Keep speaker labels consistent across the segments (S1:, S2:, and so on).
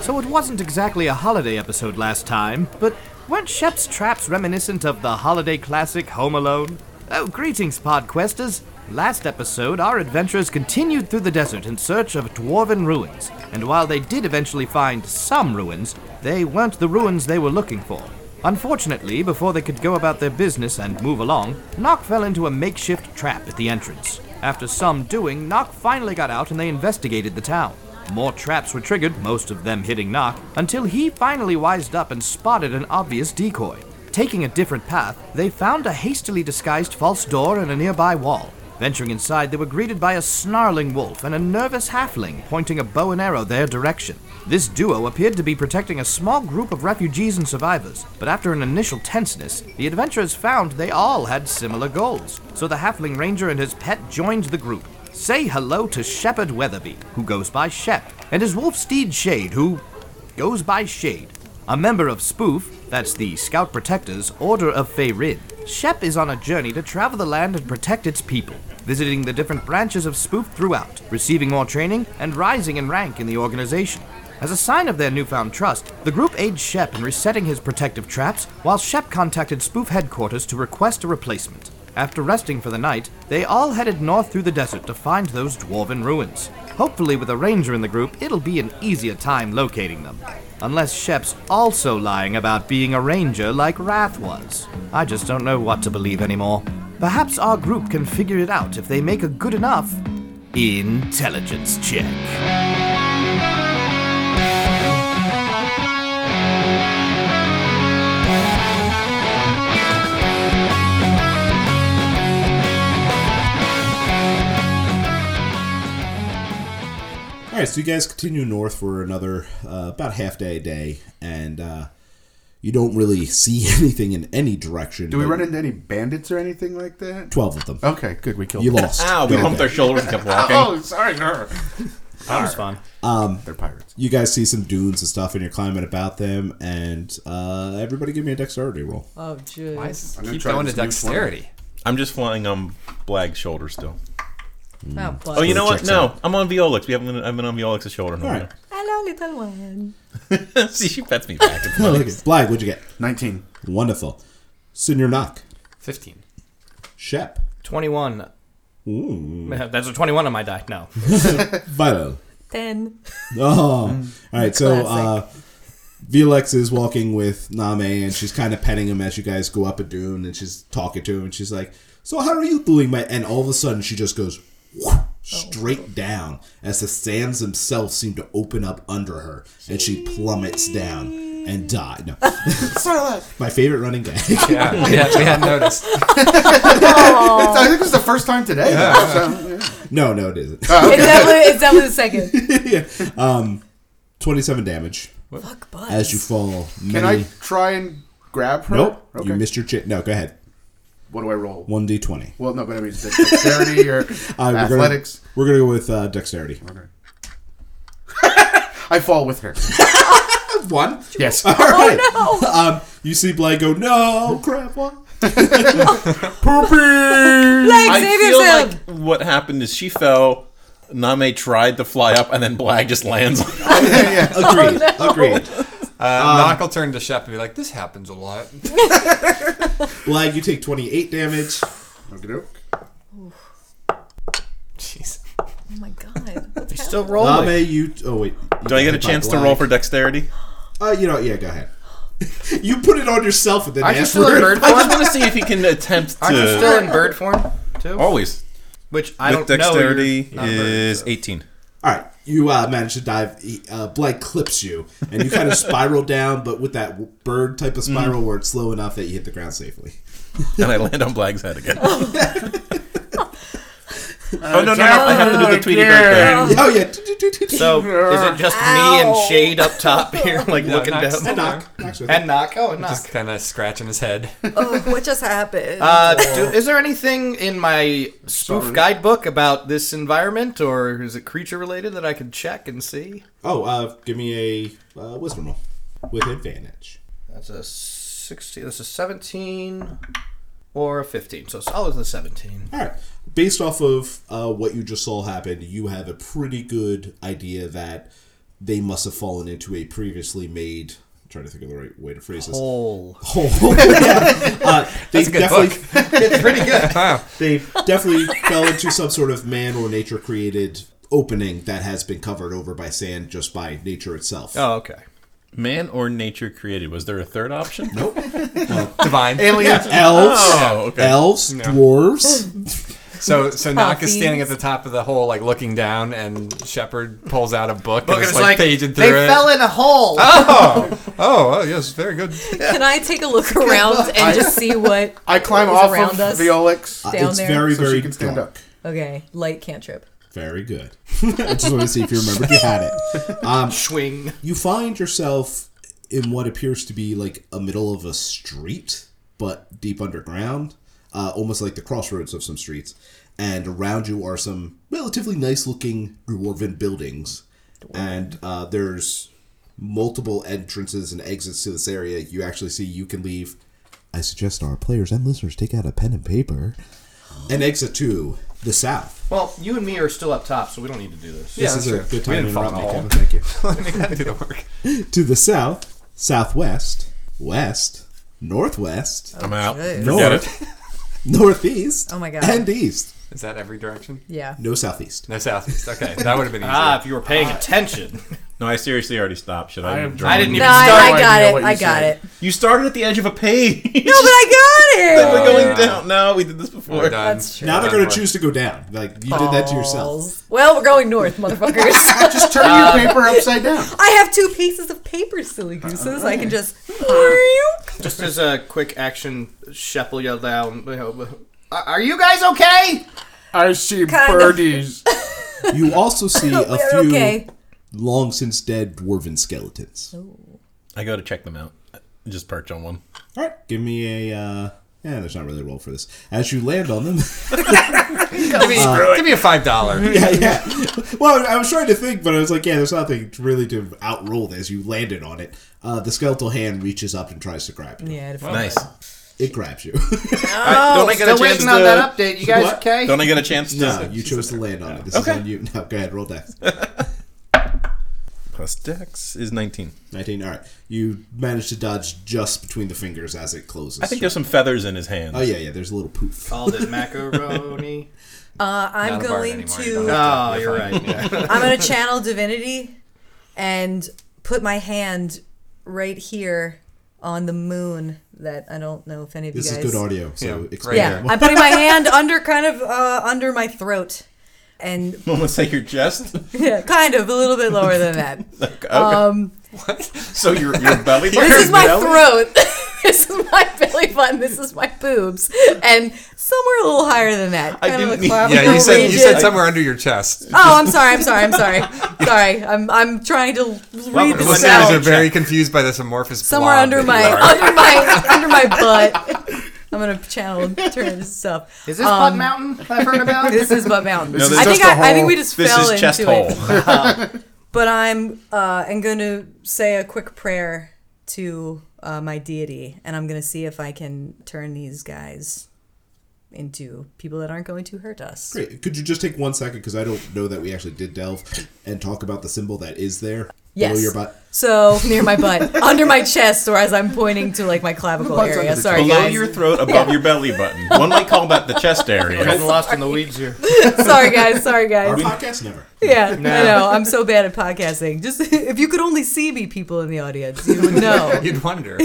S1: so it wasn't exactly a holiday episode last time, but weren't Shep's traps reminiscent of the holiday classic Home Alone? Oh, greetings, Podquesters! Last episode, our adventurers continued through the desert in search of dwarven ruins, and while they did eventually find some ruins, they weren't the ruins they were looking for. Unfortunately, before they could go about their business and move along, Nock fell into a makeshift trap at the entrance. After some doing, Nock finally got out and they investigated the town. More traps were triggered, most of them hitting Nock, until he finally wised up and spotted an obvious decoy. Taking a different path, they found a hastily disguised false door in a nearby wall. Venturing inside, they were greeted by a snarling wolf and a nervous halfling pointing a bow and arrow their direction. This duo appeared to be protecting a small group of refugees and survivors, but after an initial tenseness, the adventurers found they all had similar goals. So the halfling ranger and his pet joined the group. Say hello to Shepherd Weatherby, who goes by Shep, and his wolf steed Shade, who goes by Shade. A member of Spoof, that's the Scout Protectors, Order of Feyrid, Shep is on a journey to travel the land and protect its people, visiting the different branches of Spoof throughout, receiving more training, and rising in rank in the organization. As a sign of their newfound trust, the group aids Shep in resetting his protective traps, while Shep contacted Spoof headquarters to request a replacement. After resting for the night, they all headed north through the desert to find those dwarven ruins. Hopefully, with a ranger in the group, it'll be an easier time locating them. Unless Shep's also lying about being a ranger like Wrath was. I just don't know what to believe anymore. Perhaps our group can figure it out if they make a good enough intelligence check.
S2: All right, so you guys continue north for another uh, about half day a day, and uh, you don't really see anything in any direction.
S3: Do we run into Oh. any bandits or anything like that?
S2: twelve of them?
S3: Okay, good. We killed
S2: You
S3: them.
S2: lost.
S4: Ow, Ah, we
S2: Go
S4: bumped
S2: back.
S4: our shoulders and kept walking.
S3: Oh, sorry, no.
S1: That was fun.
S3: They're pirates.
S2: You guys see some dunes and stuff, and you're climbing about them. And uh, everybody, give me a dexterity roll.
S5: Oh, jeez.
S3: I'm
S6: Keep
S3: try
S6: going to
S3: this new form.
S6: dexterity.
S4: I'm just flying on Blag's shoulder still.
S5: Oh,
S4: Oh, you know what?
S2: checks
S4: No, I'm on Violix. We haven't. I've been on Violix's shoulder.
S2: All right,
S4: now.
S5: Hello, little one.
S4: See, she pets me back. It's
S2: I
S4: funny.
S2: like it. Blythe, what'd you get?
S3: 19.
S2: Wonderful. Senior knock.
S6: 15.
S2: Shep.
S6: 21.
S2: Ooh.
S6: That's a 21 on my die. No.
S2: Vito.
S5: Ten.
S3: Mm.
S2: Oh. All right. So uh,
S5: Classic.
S2: Vlex is walking with Name, and she's kind of petting him as you guys go up a dune, and she's talking to him, and she's like, "So how are you doing, my?" And all of a sudden, she just goes whoosh, straight down as the sands themselves seem to open up under her, and she plummets down and die. No, my favorite running gag.
S6: Yeah, yeah, we hadn't noticed.
S3: It's- I think this is the first time today. So, yeah.
S2: no, no, it isn't.
S5: It's definitely, it's definitely the second.
S2: Twenty-seven damage
S5: Fuck butts.
S2: as you fall.
S3: Can
S2: many-
S3: I try and grab her?
S2: Nope.
S3: Okay.
S2: You missed your chip. No, go ahead.
S3: What do I roll?
S2: One d twenty.
S3: Well, no, but I mean, is it dexterity or athletics?
S2: We're Uh, gonna go with uh, dexterity.
S3: I fall with her.
S2: One.
S3: Yes.
S2: All
S5: Oh,
S2: right. Um, you see Blake go, no, crap, what? Poopy!
S4: I
S5: Like, save
S4: feel
S5: yourself.
S4: like what happened is she fell. Name tried to fly up, and then Blag just lands. on
S2: Agreed. Agreed.
S6: Uh, Knock will turn to Shep and be like, this happens a lot.
S2: Blake, you take 28 damage.
S3: Okey-doke.
S6: Jeez.
S5: oh my god. What's happening?
S1: Still rolling.
S2: Lame, you. Oh, wait.
S4: Do I get a chance to roll for dexterity?
S2: Uh, you know, yeah, go ahead. you put it on yourself and then
S3: I
S2: ask
S3: can
S2: for
S3: still
S2: it.
S6: Bird
S4: I
S6: form?
S4: just want to see if he can attempt
S6: Aren't you still
S4: to.
S6: in bird form, too?
S4: Always.
S1: Which I
S4: With
S1: don't know. you're
S4: dexterity
S1: not bird,
S4: is
S1: so.
S4: 18.
S2: All right. You uh, manage to dive. He- Uh, Blake clips you, and you kind of spiral down, but with that w- bird type
S4: Mm.
S2: of spiral where it's slow enough that you hit the ground safely.
S4: And I land on Blag's head again. oh, no, no, no. I have to do the Tweety Bird thing.
S2: Oh, yeah.
S1: So is it just me and Shade up top here, like
S6: Yeah,
S1: looking
S6: Knox-
S1: down?
S2: knock. Knock's with
S1: And knock. Oh, and
S6: Just
S1: knock.
S6: kind of scratching his head.
S5: Oh, what just happened?
S1: Uh, do, is there anything in my spoof guidebook about this environment, or is it creature related that I could check and see?
S2: Oh, uh, give me a uh, wisdom roll with advantage.
S1: That's a sixteen. That's a seventeen, or a fifteen. So it's always the seventeen.
S2: All right. Based off of uh, what you just saw happen, you have a pretty good idea that they must have fallen into a previously made. I'm trying to think of the right way to phrase this.
S1: Hole.
S2: Hole. Yeah. Uh, they
S6: That's a good
S2: definitely
S6: It's pretty good. Wow.
S2: they definitely fell into some sort of man or nature created opening that has been covered over by sand just by nature itself.
S1: Oh, okay.
S4: Man or nature created? Was there a third option?
S2: Nope.
S6: Divine.
S3: Aliens.
S2: Elves,
S4: Oh, okay.
S2: elves, dwarves.
S6: So so Naka's standing at
S5: Coffees.
S6: the top of the hole, like looking down, and Shepard pulls out a book, and
S3: Look,
S6: is
S3: it's
S6: like,
S3: like,
S6: paging through
S3: they
S6: it.
S3: fell in a hole.
S6: oh, oh, oh, yes, very good.
S5: Can I take a look around and just see what
S3: I climb
S5: is
S3: off
S5: around
S3: of
S5: us?
S3: Violix.
S5: Down
S2: it's
S5: there.
S2: very,
S3: So she
S2: very
S3: can stand
S2: dark.
S3: up.
S5: Okay, light cantrip.
S2: Very good. I just want to see if you remembered you had it. Um,
S1: Swing.
S2: you find yourself in what appears to be like a middle of a street, but deep underground, uh, almost like the crossroads of some streets. And around you are some relatively nice looking dwarven buildings. And uh, there's multiple entrances and exits to this area. You actually see you can leave. I suggest our players and listeners take out a pen and paper. And exit to the south.
S1: Well, you and me are still up top, so we don't need to do this.
S6: Yeah,
S2: this is
S6: that's
S2: a
S6: true.
S2: good
S6: We
S2: time to
S6: didn't fall
S2: interrupt me,
S6: in a
S2: Kevin. Thank you.
S6: Let me do the work.
S2: to the south, southwest, west, northwest,
S4: I'm out.
S5: Okay.
S4: Forget
S2: North.
S4: it.
S2: northeast.
S5: Oh my God.
S2: And east.
S6: Is that every direction?
S5: Yeah.
S2: No southeast.
S6: No southeast. Okay, that would have been easier.
S1: Ah, if you were paying attention.
S4: No, I seriously already stopped. Should I? have
S1: I didn't
S4: drawn?
S5: No,
S1: even start.
S5: I, I
S3: idea
S5: got
S3: what
S5: it.
S3: you
S5: I got
S3: said.
S5: it.
S4: You started at the edge of a page.
S5: No, but I got it.
S4: We're
S1: Oh,
S4: going
S6: yeah.
S4: down. No, we did this before.
S6: We're done.
S5: That's true.
S2: Now they're going
S6: Done
S2: to
S6: for.
S2: choose to go down. Like, you did that to yourself.
S5: Well, we're going north, motherfuckers.
S3: Just turn
S1: Uh,
S3: your paper upside down.
S5: I have two pieces of paper, silly gooses. I can just.
S1: Just as a quick action, Sheppel yelled down. you know, Are are you guys okay?
S3: I see
S5: Kind of.
S3: birdies.
S2: You also see a
S5: We're
S2: few
S5: okay. Oh.
S2: long since dead dwarven skeletons.
S4: I go to check them out. Just perch on one.
S2: All right, give me a. Uh, yeah, there's not really a roll for this. As you land on them.
S6: Give me, give me a five dollar.
S2: yeah, yeah. Well, I was trying to think, but I was like, yeah, there's nothing really to outroll this. You landed on it. Uh, the skeletal hand reaches up and tries to grab you.
S5: Yeah. it'd-
S4: Nice.
S2: It grabs you.
S4: don't I get
S1: Still
S4: a chance
S1: waiting on
S4: to?
S1: that update. You guys
S2: What?
S1: okay?
S4: Don't I get a chance to?
S2: no, you chose to land on it. This is
S4: Okay.
S2: on you. No, go ahead, roll dex.
S4: Plus Dex is 19.
S2: 19. All right. You managed to dodge just between the fingers as it closes.
S4: I think there's some feathers in his hand.
S2: Oh, yeah, yeah. There's a little poof.
S1: All this macaroni.
S5: Uh, I'm
S6: a barn
S5: going
S6: anymore, you
S5: to.
S6: don't.
S7: "Ah,
S1: Oh, you're right. yeah.
S5: I'm going to channel divinity, and put my hand right here on the moon. That I don't know if any of
S2: This
S5: you
S2: is
S5: guys.
S2: good audio. So
S6: Yeah,
S2: explain
S5: Yeah,
S2: it.
S5: I'm putting my hand under, kind of uh, under my throat, and
S4: Almost like your chest.
S5: yeah, kind of a little bit lower than that.
S4: Okay. So your, your belly
S5: Um, This is my throat. this is my belly button. This is my boobs, and somewhere a little higher than that.
S4: I
S5: Kind of
S4: didn't
S5: a
S4: mean-
S5: clavicle
S6: Yeah, you said you said
S5: region.
S6: somewhere under your chest.
S5: Oh, I'm sorry. I'm sorry. I'm sorry. sorry. I'm I'm trying to read
S1: to
S5: this
S1: Listeners
S6: Listeners
S1: Now-
S6: are
S5: out.
S6: very confused by this amorphous.
S5: Somewhere
S6: blob
S5: under
S6: that
S5: my
S6: you are.
S5: under my under my butt. I'm gonna channel and turn this stuff.
S1: Is this Bud Mountain I've heard about?
S5: This is butt mountain.
S4: this
S5: I
S4: is
S5: think
S6: just a
S5: I, I think we
S6: hole.
S5: just
S4: This
S5: fell
S4: is
S5: into
S4: chest
S5: it.
S4: hole.
S5: But I'm uh, I'm going to say a quick prayer to uh, my deity, and I'm going to see if I can turn these guys into people that aren't going to hurt us.
S2: Great. Could you just take one second because I don't know that we actually did delve and talk about the symbol that is there
S5: Yes.
S2: below your butt?
S5: So near my butt, under my chest, or as I'm pointing to like my clavicle area. Sorry,
S4: Below
S5: guys.
S4: your throat, above your belly button. One might call that the chest
S1: Getting
S4: area.
S1: lost in the weeds here.
S5: Sorry, guys. Sorry,
S2: Our
S5: guys.
S2: podcast never.
S5: Yeah, I know. I'm so bad at podcasting. Just if you could only see me, people in the audience, you would know.
S6: You'd wonder.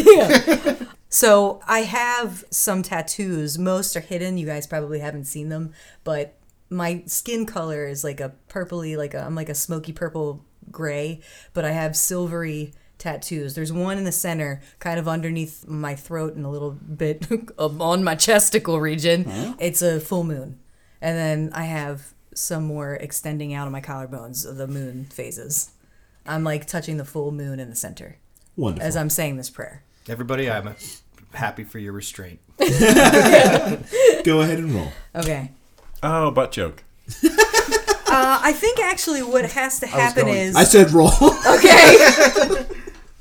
S5: So I have some tattoos. Most are hidden. You guys probably haven't seen them, but my skin color is like a purpley, like a, I'm like a smoky purple gray, but I have silvery tattoos. There's one in the center, kind of underneath my throat and a little bit up on my chesticle region. It's a full moon. And then I have some more extending out of my collarbones, of the moon phases. I'm like touching the full moon in the center
S2: Wonderful.
S5: as I'm saying this prayer.
S1: Everybody, I'm happy for your restraint.
S2: Go ahead and roll.
S5: Okay.
S4: Oh, butt joke.
S5: Uh, I think actually what has to happen
S3: going-
S5: is
S2: I said roll.
S5: okay.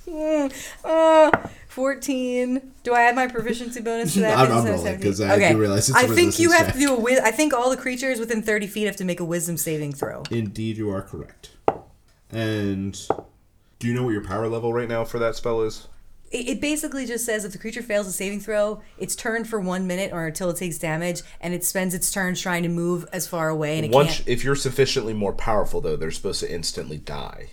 S5: Mm, uh, Fourteen. Do I add my proficiency bonus to that?
S2: I'm-
S5: Is
S2: I'm
S5: that
S2: rolling,
S5: 17?
S2: 'cause I do realize it's a
S5: I think you
S2: resistance
S5: have to do a. Wi- I think all the creatures within thirty feet have to make a wisdom saving throw.
S2: Indeed, you are correct. And
S8: Do you know what your power level right now for that spell is?
S5: It it basically just says if the creature fails a saving throw, it's turned for one minute or until it takes damage, and it spends its turn trying to move as far away, and it
S8: Once,
S5: can't.
S8: if you're sufficiently more powerful, though, they're supposed to instantly die,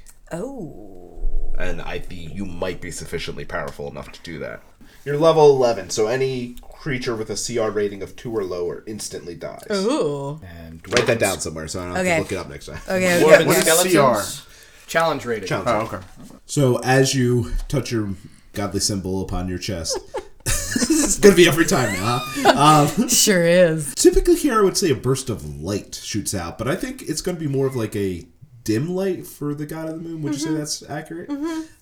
S5: Oh,
S8: and I think you might be sufficiently powerful enough to do that. You're level 11, so any creature with a CR rating of two or lower instantly dies.
S5: ooh.
S2: And write that down somewhere so I don't have
S5: Okay.
S2: to look it up next time.
S5: Okay, okay.
S3: What
S5: okay.
S3: is
S7: Skeletons? Challenge rated.
S2: Challenge.
S3: Oh, okay.
S2: So as you touch your godly symbol upon your chest, this is gonna be every time now. Huh?
S5: Sure is.
S2: Typically, here I would say a burst of light shoots out, but I think it's gonna be more of like a dim light for the god of the moon. Would you say that's accurate?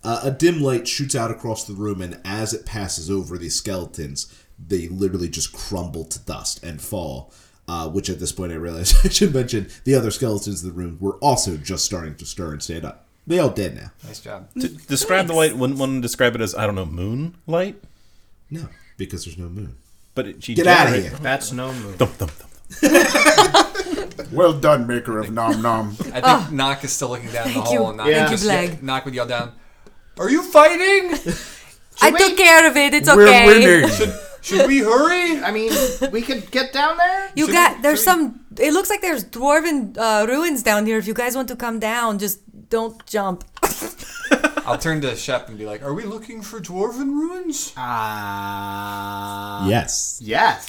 S2: Uh, a dim light shoots out across the room, and as it passes over these skeletons, they literally just crumble to dust and fall. Uh, which at this point I realized I should mention the other skeletons in the room were also just starting to stir and stand up. They all dead now.
S6: Nice job.
S4: D- describe the light. Wouldn't want to describe it as I don't know moon light,
S2: No, because there's no moon.
S4: but it, she
S2: Get out of
S4: generated-
S2: here.
S1: That's no moon.
S4: Thump, thump, thump.
S3: Well done, maker of nom nom.
S6: I think Knock is still looking down the
S5: Thank
S6: hole.
S5: you.
S6: And Knock,
S5: Thank you,
S6: just yell-
S5: Blag.
S6: Knock would yell down, Are you fighting?
S5: I took care of it. It's
S3: We're
S5: okay.
S3: winning.
S6: Should we hurry?
S7: I mean, we could get down there.
S5: You got there's some. It looks like there's dwarven uh, ruins down here. If you guys want to come down, just don't jump. Oh,
S6: I'll turn to Shep and be like, Are we looking for dwarven ruins?
S3: Uh.
S7: Ah.
S2: yes.
S7: Yes.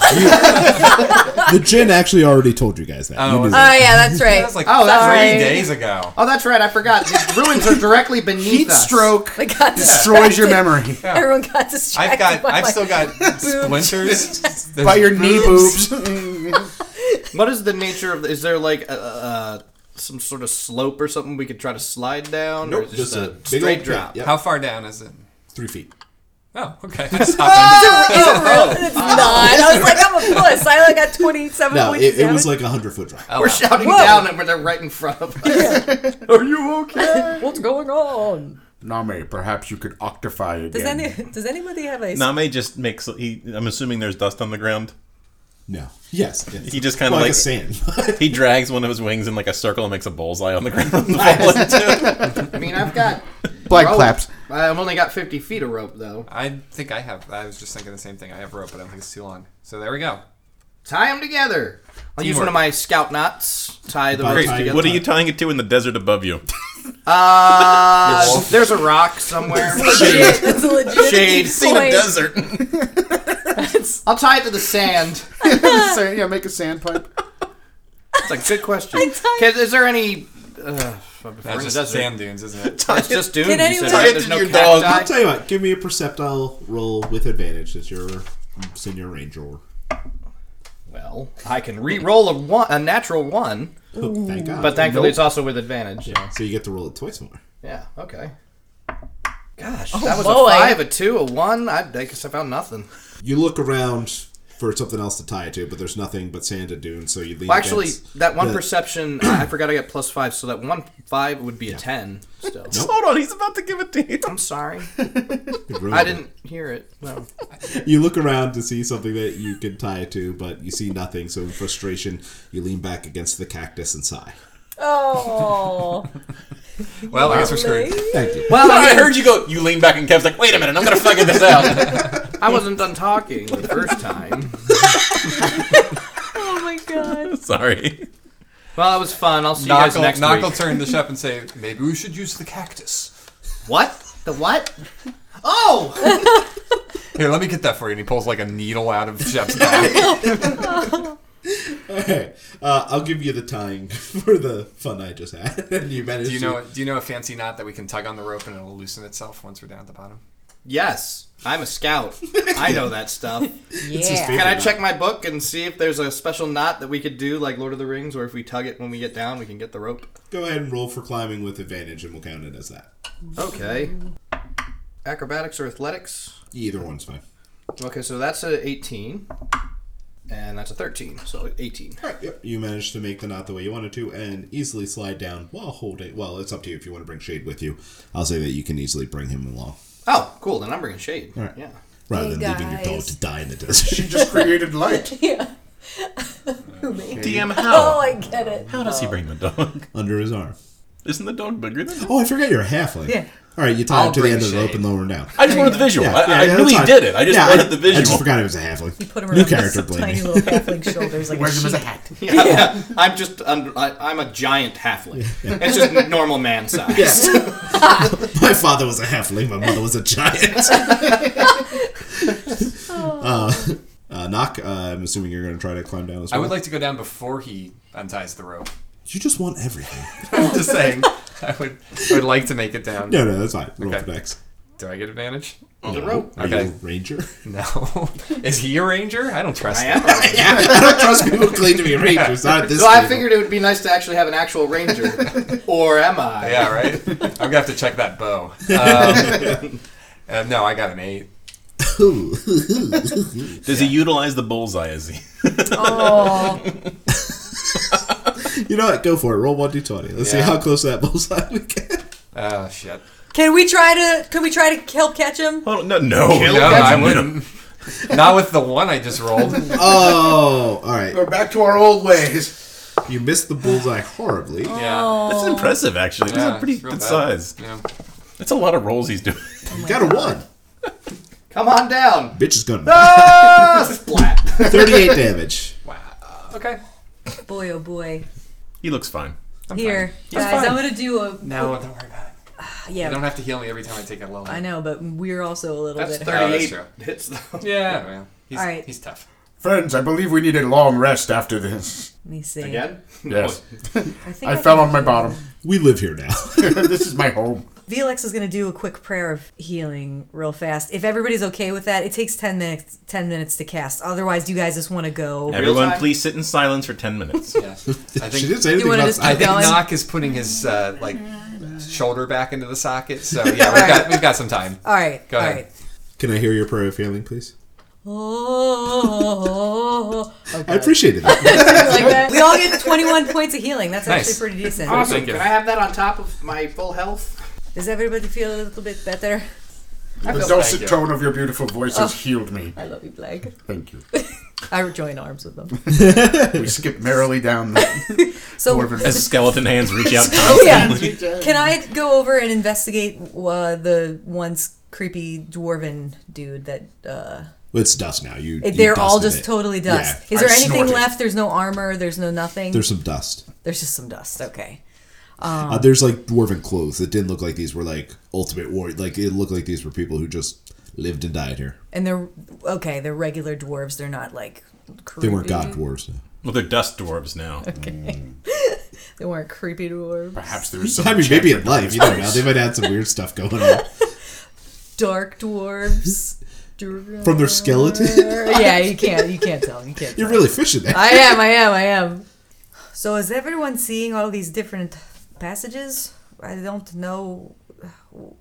S2: the gin actually already told you guys that. You knew that.
S5: Oh yeah, that's right.
S6: That's like
S7: Oh, that's
S6: three
S7: right.
S6: days ago.
S7: Oh, that's right. I forgot. The ruins are directly beneath
S3: Heat
S7: us.
S3: stroke
S5: I got
S3: destroys your memory
S5: Everyone got distracted.
S6: I've got,
S5: by
S6: I've
S5: my-
S6: still got splinters. There's
S3: by your knee
S6: boobs.
S3: boobs.
S7: What is the nature of? Is there like a, uh, some sort of slope or something we could try to slide down? or is it
S2: Just a big old
S7: straight
S2: pit.
S7: drop.
S2: Yep,
S6: How far down is it?
S2: three feet.
S6: Oh, okay. I stopped him.
S5: Oh, It's not. I was like, I'm a puss. I only got 27
S7: Oh,
S2: No,
S5: points.
S2: it, it
S5: damn
S2: was
S5: it.
S2: like a hundred foot drop.
S4: Oh.
S7: We're shouting
S5: Whoa.
S7: down, and they're right in front of us. Are you okay?
S5: What's going on?
S3: Name, eh, perhaps you could octify again.
S5: Does any does anybody have a
S4: Name just makes. He, I'm assuming there's dust on the ground.
S2: No. Yes. yes.
S4: He just kinda
S2: Well,
S4: like-
S2: a sand.
S4: He drags one of his wings in like a circle and makes a bullseye on the ground. to fall into.
S7: I mean, I've got
S3: Black
S7: rope.
S3: claps.
S7: I've only got fifty feet of rope though.
S6: I think I have. I was just thinking the same thing. I have rope, but I don't think it's too long. So there we go.
S7: Tie them together. I'll use one of my scout knots. Tie the
S2: By
S7: ropes
S2: tie-
S7: together.
S4: what are you tying it to in the desert above you?
S7: Uh, there's a rock somewhere.
S5: legit, it's a legit
S7: Shade.
S4: Seen a
S5: point.
S4: desert.
S7: I'll tie it to the sand.
S3: Sand- yeah, make a sandpipe.
S7: It's a good question.
S5: tied-
S7: Can- Is there any? Uh,
S6: That's just sand dunes, isn't it?
S7: It's just dunes.
S5: Can
S7: you
S5: anyone-
S7: said,
S5: Tie
S7: right?
S5: it
S7: There's
S4: to
S7: no
S4: your dog.
S7: cacti.
S2: I'll tell you what. Give me a perceptile roll with advantage since you're senior ranger.
S7: Well, I can re-roll a one, a natural one,
S2: Oh, thank God.
S7: but thankfully it's also with advantage. Yeah.
S2: so you get to roll it twice more.
S7: okay. Oh, Gosh, that was
S5: boy.
S7: a five, a two, a one. I, I guess I found nothing.
S2: You look around for something else to tie it to, but there's nothing but sand and dune. So you lean.
S7: Well, actually,
S2: against
S7: that one
S2: the-
S7: perception, I I forgot I got plus five, so that one five would be a ten. Still,
S4: Hold on, he's about to give it to you.
S7: I'm sorry,
S2: you ruined
S7: I
S2: it.
S7: didn't hear it. No.
S2: You look around to see something that you can tie it to, but you see nothing. So in frustration, you lean back against the cactus and sigh.
S5: Oh,
S6: Well, I guess we're screwed.
S2: Thank you.
S7: Well,
S4: I
S7: I,
S4: heard you go. You lean back and Kev's like, "Wait a minute, I'm gonna figure this out."
S7: I wasn't done talking the first time.
S5: oh my god.
S4: Sorry.
S7: Well, it was fun. I'll see you
S6: Knock
S7: guys
S6: will,
S7: next
S6: Knock will
S7: week.
S6: turn to Shep and say, Maybe we should use the cactus.
S7: What? The what? Oh,
S6: Here, let me get that for you. And he pulls like a needle out of Shep's back.
S2: Okay, uh, I'll give you the tying for the fun I just had, and you managed.
S6: do you
S2: to-
S6: know do you know a fancy knot that we can tug on the rope and it'll loosen itself once we're down at the bottom?
S7: yes. I'm a scout. I know that stuff.
S5: Yeah.
S7: Can I
S2: Favorite
S7: check my book and see if there's a special knot that we could do, like Lord of the Rings, or if we tug it when we get down, we can get the rope?
S2: Go ahead and roll for climbing with advantage, and we'll count it as that.
S7: Okay. Acrobatics or athletics?
S2: Either one's fine.
S7: Okay, so that's a 18. And that's a 13, so 18.
S2: All right, yep. You managed to make the knot the way you wanted to, and easily slide down while holding. Well, it's up to you if you want to bring Shade with you. I'll say that you can easily bring him along,
S7: Oh, cool. Then I'm bringing shade. Yeah.
S2: rather
S5: Hey,
S2: than leaving your dog
S5: guys.
S2: to die in the desert.
S3: Just created light.
S4: DM
S5: Oh,
S4: how?
S5: I get it. Oh.
S4: How does he bring the dog?
S2: under his arm.
S4: Isn't the dog bigger than? him?
S2: Oh, I forgot you're a halfling.
S5: Yeah.
S2: All right, you tie
S6: I'll
S2: him to the
S6: bring
S2: end of the
S6: shade.
S2: rope and lower him down.
S4: I just wanted the visual. I, I
S2: that's
S4: really
S2: fine.
S4: did it. I just
S2: Yeah,
S4: wanted the visual.
S2: I just forgot it was a halfling.
S5: You put him around
S2: New
S5: his
S2: character,
S5: tiny
S2: Blaney.
S5: little halfling shoulders like a
S3: Wears him as a
S5: sheep.
S3: hat.
S7: I'm just I'm, I, I'm a giant halfling. It's just n- normal man size.
S2: My father was a halfling. My mother was a giant. uh, uh, Knock, uh, I'm assuming you're going to try to climb down as
S6: I
S2: well.
S6: would like to go down before he unties the rope.
S2: you just want everything.
S6: I'm just saying. I would, I would like to make it down.
S2: No, no, that's fine. Roll
S6: Okay.
S2: for dex.
S6: Do I get advantage?
S2: The rope. Are
S6: Okay.
S2: you a ranger?
S6: No. Is he a ranger? I don't trust
S7: I
S6: him.
S7: am. a ranger.
S2: I don't trust people who claim to be rangers. Not at this
S7: So I
S2: table.
S7: figured it would be nice to actually have an actual ranger, or am I?
S6: Yeah, right? I'm going to have to check that bow. Um, uh, no, I got an eight.
S4: Does he utilize the bullseye? As he?
S5: Oh,
S2: You know what? Go for it. Roll 1d20. Let's see
S6: Yeah.
S2: how close to that bullseye we get.
S6: Oh, shit.
S5: can we try to? Can we try to help catch him?
S4: Oh no, no,
S6: No, I wouldn't. Not with the one I just rolled.
S2: Oh, all right.
S8: We're back to our old ways.
S2: You missed the bullseye horribly.
S6: Oh Yeah.
S4: That's impressive, actually. That's
S6: Yeah,
S4: a pretty
S6: it's
S4: good
S6: real bad.
S4: size.
S6: yeah.
S4: That's a lot of rolls he's doing.
S2: You got a 1.
S7: Come on down.
S2: Bitch is gonna
S7: Ah, splat.
S2: 38 damage.
S6: Okay.
S5: Boy, oh boy.
S4: He looks fine.
S5: Here, guys, I'm gonna do a
S6: No, don't worry about it. You don't
S5: yeah.
S6: have to heal me every time I take a low.
S5: I know, but we're also a little
S7: That's
S5: bit.
S6: Oh, that's
S7: thirty-eight
S6: true.
S7: hits though.
S6: Yeah, man. He's,
S5: All right.
S6: he's tough.
S3: Friends, I believe we need a long rest after this.
S5: Let me see.
S7: Again?
S3: Yes.
S5: I, think
S3: I
S5: can
S3: fell on my
S5: do-
S3: bottom.
S2: We live here now.
S3: this is my home.
S5: Velix is going to do a quick prayer of healing real fast. If everybody's okay with that, it takes 10 minutes 10 minutes to cast. Otherwise, you guys just want to go.
S4: Everyone,
S7: time?
S4: please sit in silence for ten minutes.
S6: Yeah. I think
S2: she didn't say anything
S5: wanna
S2: about
S5: just
S6: I
S2: that.
S6: think
S5: Going.
S6: Knock is putting his uh, like shoulder back into the socket. So yeah, we've got we've got some time.
S5: All right.
S6: Go
S5: all
S6: ahead.
S5: right.
S2: Can I hear your prayer of healing, please?
S5: Oh,
S2: I appreciated that.
S5: like that. We all get 21 points of healing. That's
S6: Nice.
S5: actually pretty decent.
S7: Awesome.
S6: Thank you.
S7: Can I have that on top of my full health?
S5: Does everybody feel a little bit better?
S3: The
S6: Thank you.
S3: dulcet tone of your beautiful voice has healed me.
S5: I love you, Blag.
S3: Thank you.
S5: I join arms with them.
S3: We skip merrily down the
S5: So,
S3: dwarven.
S4: As skeleton hands reach out.
S5: oh yeah. Can I go over and investigate uh, the once creepy dwarven dude that uh,
S2: it's dust now. You. you
S5: It- they're all
S2: dusted
S5: just
S2: it.
S5: totally dust.
S2: Yeah,
S5: Is there
S2: I
S5: anything
S2: snorted.
S5: left? There's no armor. There's no nothing.
S2: There's
S5: There's,
S2: some dust.
S5: just some dust. Okay. Uh-huh.
S2: Uh, there's like dwarven clothes that didn't look like these were like ultimate war. Like it looked like these were people who just lived and died here.
S5: And they're okay. They're regular dwarves. They're not like creepy.
S2: They weren't god dwarves. No.
S4: Well, they're dust dwarves now.
S5: They weren't creepy dwarves.
S3: Perhaps there is some.
S2: I mean, maybe in
S3: enchantment on
S2: life,
S3: his
S2: you don't know.
S3: face.
S2: They might have some weird stuff going on
S5: Dark dwarves. Dwarf-
S2: from their skeleton.
S5: yeah, you can't. You can't tell. You can't.
S2: You're really fishing that.
S5: I am. I am. I am. So is everyone seeing all these different passages? I don't know.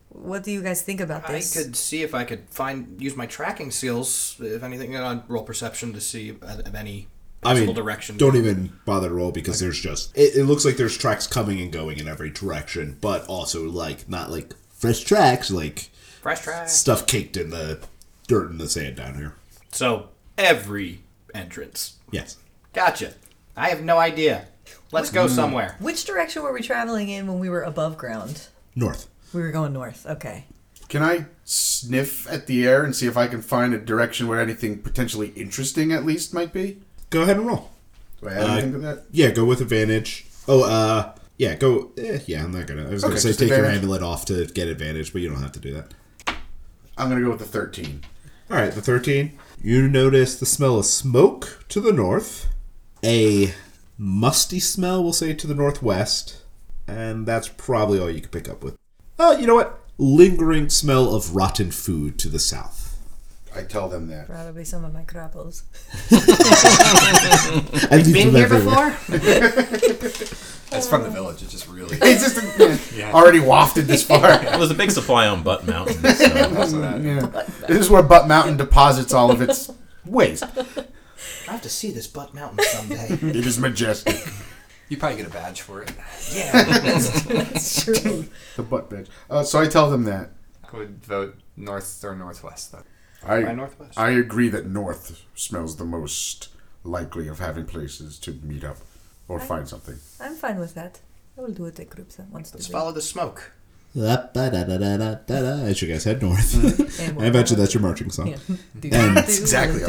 S5: What do you guys think about
S7: I
S5: this?
S7: could see if I could find use my tracking skills, if anything, and on roll perception to see if, if any
S2: I
S7: possible
S2: mean,
S7: direction.
S2: don't even bother to roll because there's just it, it looks like there's tracks coming and going in every direction, but also like not like fresh tracks, like
S7: Fresh track.
S2: stuff caked in the dirt and the sand down here.
S7: So every entrance.
S2: Yes,
S7: Gotcha. I have no idea. Let's go
S2: Hmm.
S7: somewhere.
S5: Which direction were we traveling in when we were above ground?
S2: north.
S5: We were going north. Okay.
S3: Can I sniff at the air and see if I can find a direction where anything potentially interesting at least might be?
S2: Go ahead and roll.
S3: Do I add anything to that?
S2: Yeah, go with advantage. Oh, uh, yeah, go. Eh, yeah, I'm not gonna. I was gonna
S3: Okay,
S2: say
S3: just
S2: take your
S3: advantage.
S2: amulet off to get advantage, but you don't have to do that.
S3: I'm going to go with the 13.
S2: All right, the 13. You notice the smell of smoke to the north, a musty smell, we'll say, to the northwest, and that's probably all you can pick up with. Oh, you know what? Lingering smell of rotten food to the south.
S3: I tell them that.
S5: Probably some of my crapples.
S2: I leave
S7: Been
S2: them
S7: here
S2: everywhere.
S7: before?
S6: It's from the village. It just really.
S3: It's just already wafted this far.
S4: Well, there's a big supply on Butt Mountain. So.
S3: Yeah. This is where Butt Mountain deposits all of its waste.
S7: I have to see this Butt Mountain someday.
S3: It is majestic.
S6: You probably get a badge for it.
S5: It's true.
S3: The butt bitch. Uh, so I tell them that.
S6: I would vote north or northwest though.
S3: I,
S7: By northwest.
S3: I agree that north smells the most likely of having places to meet up or find something.
S5: I'm fine with that. I will do it a group that wants to
S7: Let's
S5: do it.
S7: follow the smoke.
S2: La-ba-da-da-da-da-da-da, As you guys head north,
S5: And
S2: I bet you that's your marching song. That's
S3: exactly how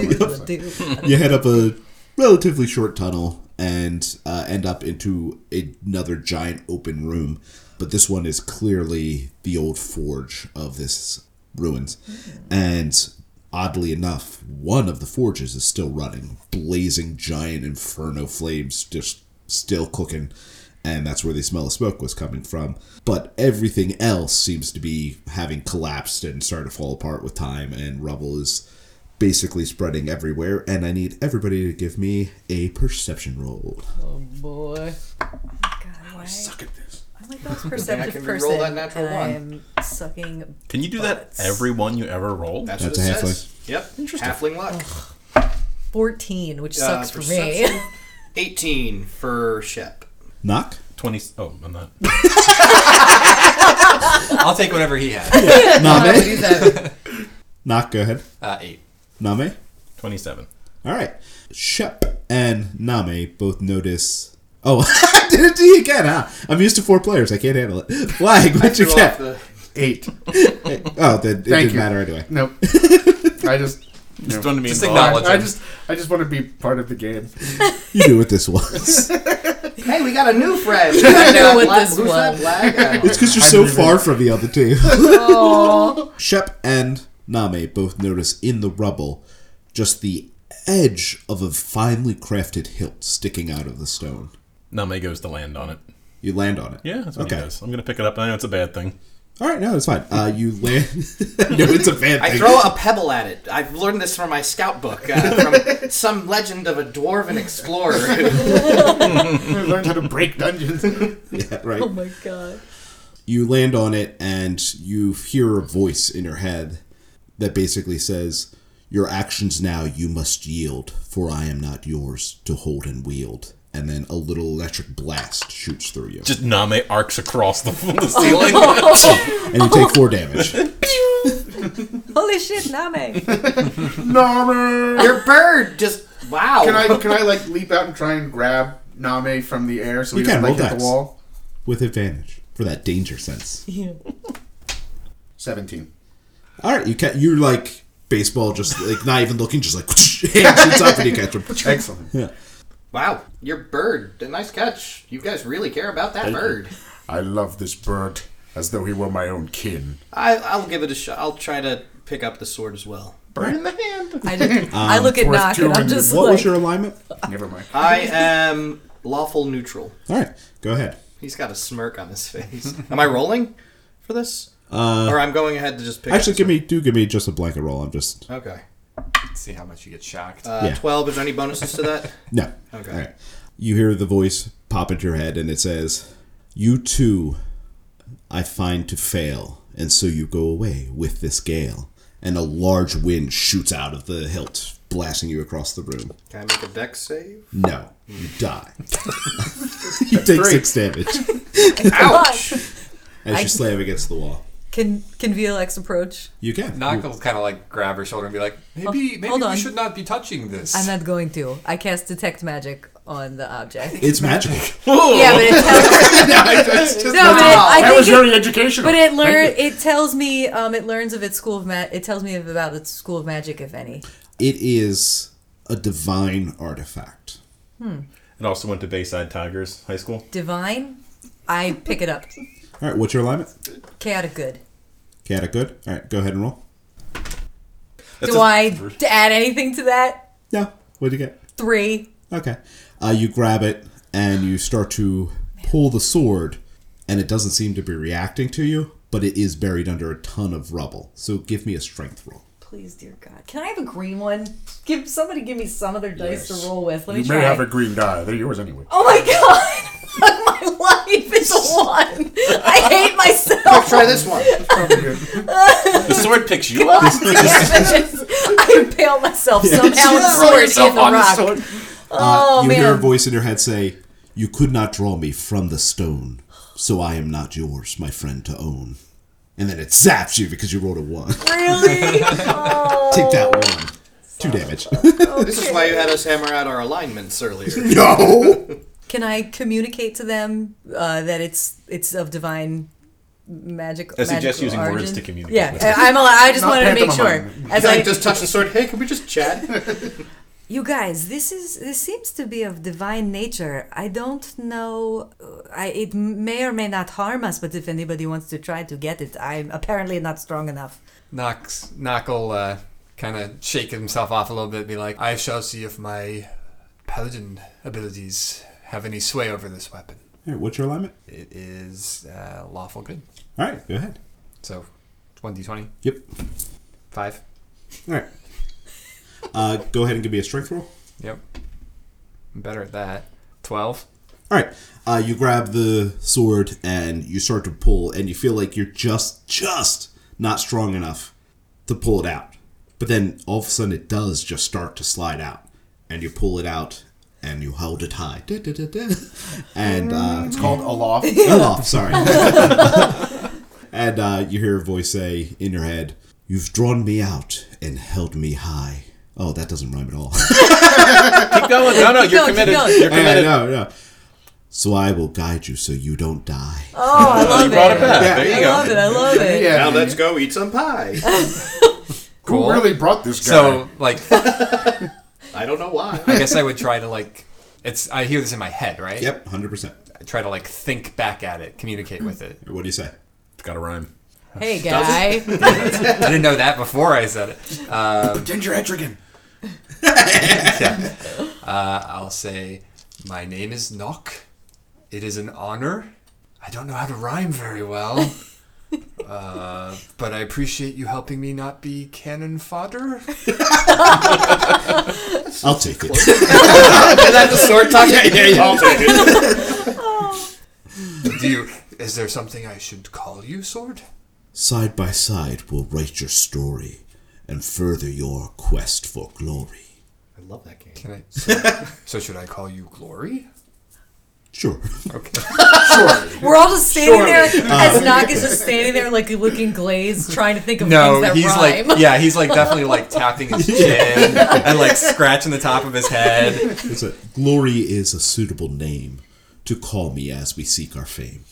S3: it
S2: you head up a relatively short tunnel and uh, end up into another giant open room. But this one is clearly the old forge of this ruins. And oddly enough, one of the forges is still running, blazing giant inferno flames just still cooking. And that's where the smell of smoke was coming from. But everything else seems to be having collapsed and started to fall apart with time, and rubble is basically spreading everywhere, and I need everybody to give me a perception roll.
S7: Boy.
S3: Suck at this.
S5: I'm like the most perceptive
S7: can
S5: person.
S7: re-roll that natural
S5: and
S7: one.
S5: I'm sucking.
S4: Can you do that
S5: butts.
S4: every one you ever roll?
S7: That's,
S2: That's
S7: what
S2: a
S7: it says. Yep. Halfling luck.
S5: 14, which sucks for me.
S7: perception. 18 for Shep.
S2: Knock.
S4: 20. Oh, I'm not.
S6: I'll take whatever he had.
S2: Name. Knock. Go ahead.
S6: Uh, eight.
S2: Name.
S4: 27.
S2: All right. Shep and Name both notice. Oh, I did it to you again, huh? I'm used to four players. I can't handle it. Flag. What'd you
S7: Threw off
S2: get?
S7: the-
S3: Eight.
S2: Oh, then it
S3: Thank
S2: didn't
S3: you.
S2: matter anyway.
S3: Nope. I just. no.
S4: Just wanted to be
S6: Just
S4: involved.
S6: acknowledge
S3: I
S6: him.
S3: just, I just want to be part of the game.
S2: You knew what this was.
S7: Hey, we got a new friend.
S5: know what this
S7: Who's that
S5: was.
S7: black guy?
S2: It's because you're so far from the other two. Shep and Name both notice in the rubble just the edge of a finely crafted hilt sticking out of the stone.
S4: Name goes to land on it.
S2: You land on it.
S4: Yeah, that's what
S2: okay.
S4: he does. I'm going to pick it up. I know it's a bad thing.
S2: All right, no, it's fine. Uh, you land. no, it's a bad
S7: I
S2: thing.
S7: throw a pebble at it. I've learned this from my scout book, uh, from some legend of a dwarven explorer. Who,
S3: I learned how to break dungeons.
S2: Yeah, right.
S5: Oh my god.
S2: You land on it, and you hear a voice in your head that basically says, "Your actions now you must yield, for I am not yours to hold and wield." And then a little electric blast shoots through you,
S4: Just Name arcs across the, the ceiling.
S2: and you take four damage.
S5: Holy shit, Name.
S3: Name.
S7: your bird just wow.
S3: Can I can I like leap out and try and grab Name from the air so
S2: You
S3: he doesn't
S2: can,
S3: like
S2: roll
S3: hit
S2: dex.
S3: the wall?
S2: with advantage for that danger sense.
S3: Seventeen.
S2: All right, you catch. You're like baseball, just like not even looking, just like hand shoots up and you catch him.
S3: Excellent.
S7: Wow, your bird. A nice catch. You guys really care about that bird.
S3: I love this bird as though he were my own kin.
S7: I, I'll give it a shot. I'll try to pick up the sword as well.
S4: Burn in the hand.
S5: I, just, I look at
S3: worth
S5: Knock
S3: two
S5: and I'm
S3: hundred.
S5: just
S2: What
S5: like,
S2: was your alignment?
S3: Never mind.
S7: I am lawful neutral.
S2: All right, go ahead.
S7: He's got a smirk on his face. Am I rolling for this? Uh, or I'm going ahead to just pick. up
S2: Actually,
S7: the
S2: give me do give me just a blanket roll. I'm just
S7: sword? Okay.
S6: Let's see how much you get shocked.
S7: Uh,
S2: Yeah.
S7: Twelve. Is there any bonuses to that?
S2: no.
S7: Okay.
S2: All right. You hear the voice pop into your head, and it says, "You too, I find to fail, and so you go away with this gale." And a large wind shoots out of the hilt, blasting you across the room.
S7: Can I make a deck save?
S2: No, you die. you take six damage
S5: ouch.
S2: as you slam against the wall.
S5: Can, can VLX approach?
S2: You can.
S6: Knock will kind of like grab her shoulder and be like, maybe, maybe
S5: hold
S6: we
S5: on.
S6: should not be touching this.
S5: I'm not going to. I cast Detect Magic on the object.
S2: It's magical.
S5: yeah, but it tells No, but it, I
S3: that
S5: think
S3: was
S5: it-
S3: very educational.
S5: But it learn it tells me um it learns of its school of ma- it tells me about its school of magic if any.
S2: It is a divine artifact.
S4: It also went to Bayside Tigers High School.
S5: Divine, I pick it up.
S2: All right, what's your alignment?
S5: Chaotic good.
S2: Chaotic good. All right, go ahead and roll.
S5: Do I d- add anything to that?
S2: No. What'd you get?
S5: Three.
S2: Okay. Uh, you grab it and you start to pull the sword, and it doesn't seem to be reacting to you, but it is buried under a ton of rubble. So give me a strength roll.
S5: Please, dear God, can I have a green one? Give somebody give me some other dice to roll with. Let me
S3: you
S5: try.
S3: may have a green die. They're yours anyway.
S5: oh my God. My life is a one. I hate myself.
S7: Try this one.
S4: The sword picks you up.
S5: I impale myself somehow with sword in the rock.
S2: Uh,
S5: Oh,
S2: you hear a
S5: man.
S2: voice in your head say, "You could not draw me from the stone, so I am not yours, my friend, to own." And then it zaps you because you rolled a one.
S5: Really? Oh.
S2: Take that one. Two damage.
S7: This is why you had us hammer out our alignments earlier.
S2: no.
S5: Can I communicate to them uh, that it's it's of divine magic.
S4: I suggest
S5: magical
S4: using words
S5: origin.
S4: to communicate
S5: Yeah,
S4: with
S5: I- I'm. al- I just
S3: Not
S5: wanted to make sure.
S3: pantomime.
S5: As
S7: I
S5: I,
S7: just touch the sword. Hey, can we just chat?
S5: you guys, this is this seems to be of divine nature. I don't know. uh, I it may or may not harm us, but if anybody wants to try to get it, I'm apparently not strong enough.
S6: Knox Knock'll uh, kind of shake himself off a little bit, be like, "I shall see if my paladin abilities have any sway over this weapon.
S2: All right, what's your alignment?
S6: It is uh, lawful good."
S2: All right, go ahead.
S6: So, one d twenty
S2: Yep.
S6: five.
S2: All right. Uh, go ahead and give me a strength roll.
S6: Yep, I'm better at that. Twelve.
S2: All right. Uh, you grab the sword and you start to pull, and you feel like you're just, just not strong enough to pull it out. But then all of a sudden, it does just start to slide out, and you pull it out and you hold it high. Da-da-da-da. And uh, it's
S3: Called Aloft.
S2: off. Sorry. and uh, you hear a voice say in your head, "You've drawn me out and held me high." Oh, that doesn't rhyme at all.
S4: Keep going. No, no,
S5: Keep
S4: you're
S5: going, keep
S4: committed.
S5: going.
S4: You're
S2: Yeah,
S4: committed.
S2: no, no. So I will guide you so you don't die.
S5: Oh, I love
S4: You brought
S5: it.
S4: it back.
S2: Yeah.
S4: There you
S5: I
S4: go.
S5: love it. I love it.
S3: Yeah.
S7: now let's go eat some pie.
S6: Cool.
S3: Who really brought this guy?
S6: So, like, I
S7: I don't know why.
S6: guess I would try to like. It's. I hear this in my head, right?
S2: Yep, hundred percent.
S6: I try to like think back at it, communicate with it.
S2: What do you say?
S4: Got to rhyme.
S5: Hey, guy.
S6: I didn't know that before I said it. Um,
S3: Pretend you're Etrigan.
S6: Uh, I'll say, My name is Nock. It is an honor. I don't know how to rhyme very well. Uh, but I appreciate you helping me not be cannon fodder.
S2: I'll take it.
S7: Is that the sword talk? Yeah, yeah, yeah.
S6: Do you? Is there something I should call you, sword?
S2: side by side, we'll write your story and further your quest for glory.
S7: I love that game.
S6: Can I? So, so should I call you Glory?
S2: Sure.
S6: Okay.
S5: We're all just standing there
S6: Uh-huh.
S5: as Nog is just standing there, like looking glazed, trying to think of
S6: No,
S5: things that
S6: he's
S5: rhyme.
S6: like, yeah, he's like definitely like tapping his chin and like scratching the top of his head.
S2: It's a, glory is a suitable name to call me as we seek our fame.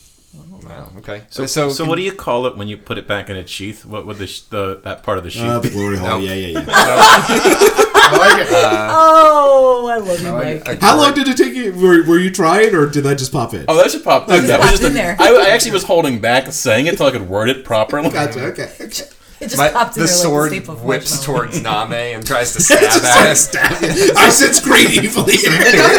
S6: Wow. Okay.
S4: So, so, what do you call it when you put it back in its sheath? What would the, sh- the that part of the sheath?
S2: Uh,
S4: be?
S2: the glory hall.
S6: Nope.
S2: Yeah, yeah, yeah.
S3: I like it.
S5: oh, I love you, Mike.
S2: How long did it take you? Were, were you trying, or did that just pop in?
S4: Oh, that should pop. That
S5: popped
S4: was just
S5: in
S4: a-
S5: there.
S4: I, I actually was holding back saying it till I could word it properly.
S2: gotcha. Okay.
S5: It just
S6: My-
S5: popped in
S6: the
S5: there
S6: sword
S5: like the staple of
S6: whips
S5: marshmallow.
S6: towards Name and tries to stab at it.
S2: I sense great evil here.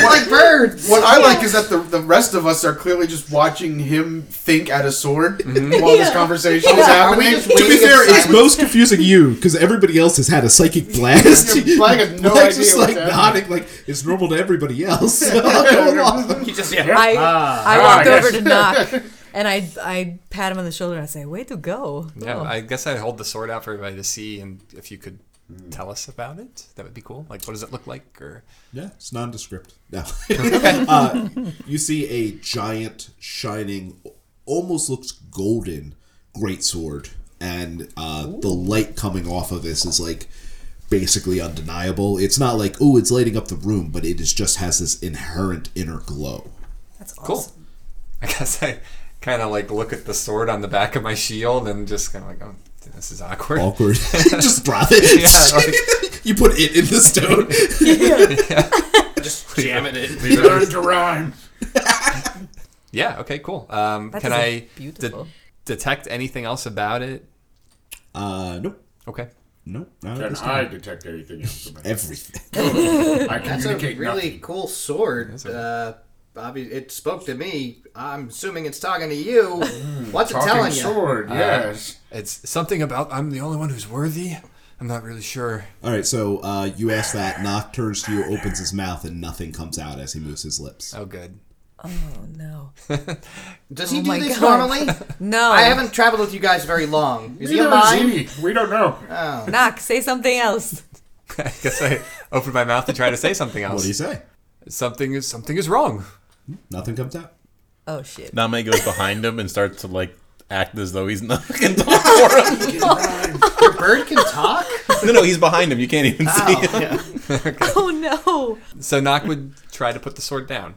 S3: like birds. What I like is that the, the rest of us are clearly just watching him think at a sword while this conversation is happening.
S2: To be fair, it's most confusing you because everybody else has had a psychic blast.
S3: Yeah, Black has no
S2: Black's
S3: idea
S2: just
S3: what's
S2: like
S3: happening.
S2: nodding, like it's normal to everybody else. So I'll go along.
S7: He just yeah.
S5: I,
S6: Ah,
S5: I walk
S7: yes.
S5: over to Knock and I, I pat him on the shoulder and I say, way to go.
S6: Yeah,
S5: Oh.
S6: I guess I'd hold the sword out for everybody to see, and if you could tell us about it, that would be cool. Like, what does it look like? Or
S2: Yeah, it's nondescript. No. uh, you see a giant, shining, almost looks golden greatsword, and uh, the light coming off of this is like basically undeniable. It's not like oh, it's lighting up the room, but it is just has this inherent inner glow.
S5: That's
S6: cool.
S5: awesome.
S6: I guess I kind of like look at the sword on the back of my shield and just kind of like, oh, this is awkward.
S2: Awkward. just drop it.
S6: Yeah,
S2: you put it in the stone.
S7: Just jam it in.
S3: learn to rhyme.
S6: Yeah. Okay. Cool. Um,
S5: That
S6: can
S5: is
S6: I de-
S5: beautiful.
S6: detect anything else about it?
S2: Uh, nope.
S6: Okay.
S2: Nope. Not at
S3: Can
S2: this time.
S3: I detect anything else about it?
S2: Everything.
S3: I
S7: That's a
S3: communicate
S7: really
S3: nothing.
S7: cool sword. Uh, obvi- it spoke to me. I'm assuming it's talking to you. What's
S3: Mm,
S7: it
S3: Talking
S7: telling you?
S3: sword, yes.
S6: It's something about I'm the only one who's worthy. I'm not really sure.
S2: All right, so uh, you ask that. Nock turns to you, opens his mouth, and nothing comes out as he moves his lips.
S6: Oh, good.
S5: Oh, no.
S7: Does he
S5: Oh my
S7: do this
S5: God.
S7: normally?
S5: No.
S7: I haven't traveled with you guys very long. Is he
S3: Neither is
S7: alive?
S3: he. We don't know.
S5: Knock, say something else.
S6: I guess I open my mouth to try to say something
S2: What
S6: else.
S2: do you say?
S6: something is something is wrong.
S2: Nothing comes out.
S5: Oh, shit.
S4: Name goes behind him and starts to like act as though he's not going to talk for him.
S7: Your bird can talk?
S4: no, no, he's behind him. You can't even see him.
S5: Oh, no.
S6: So Nock would try to put the sword down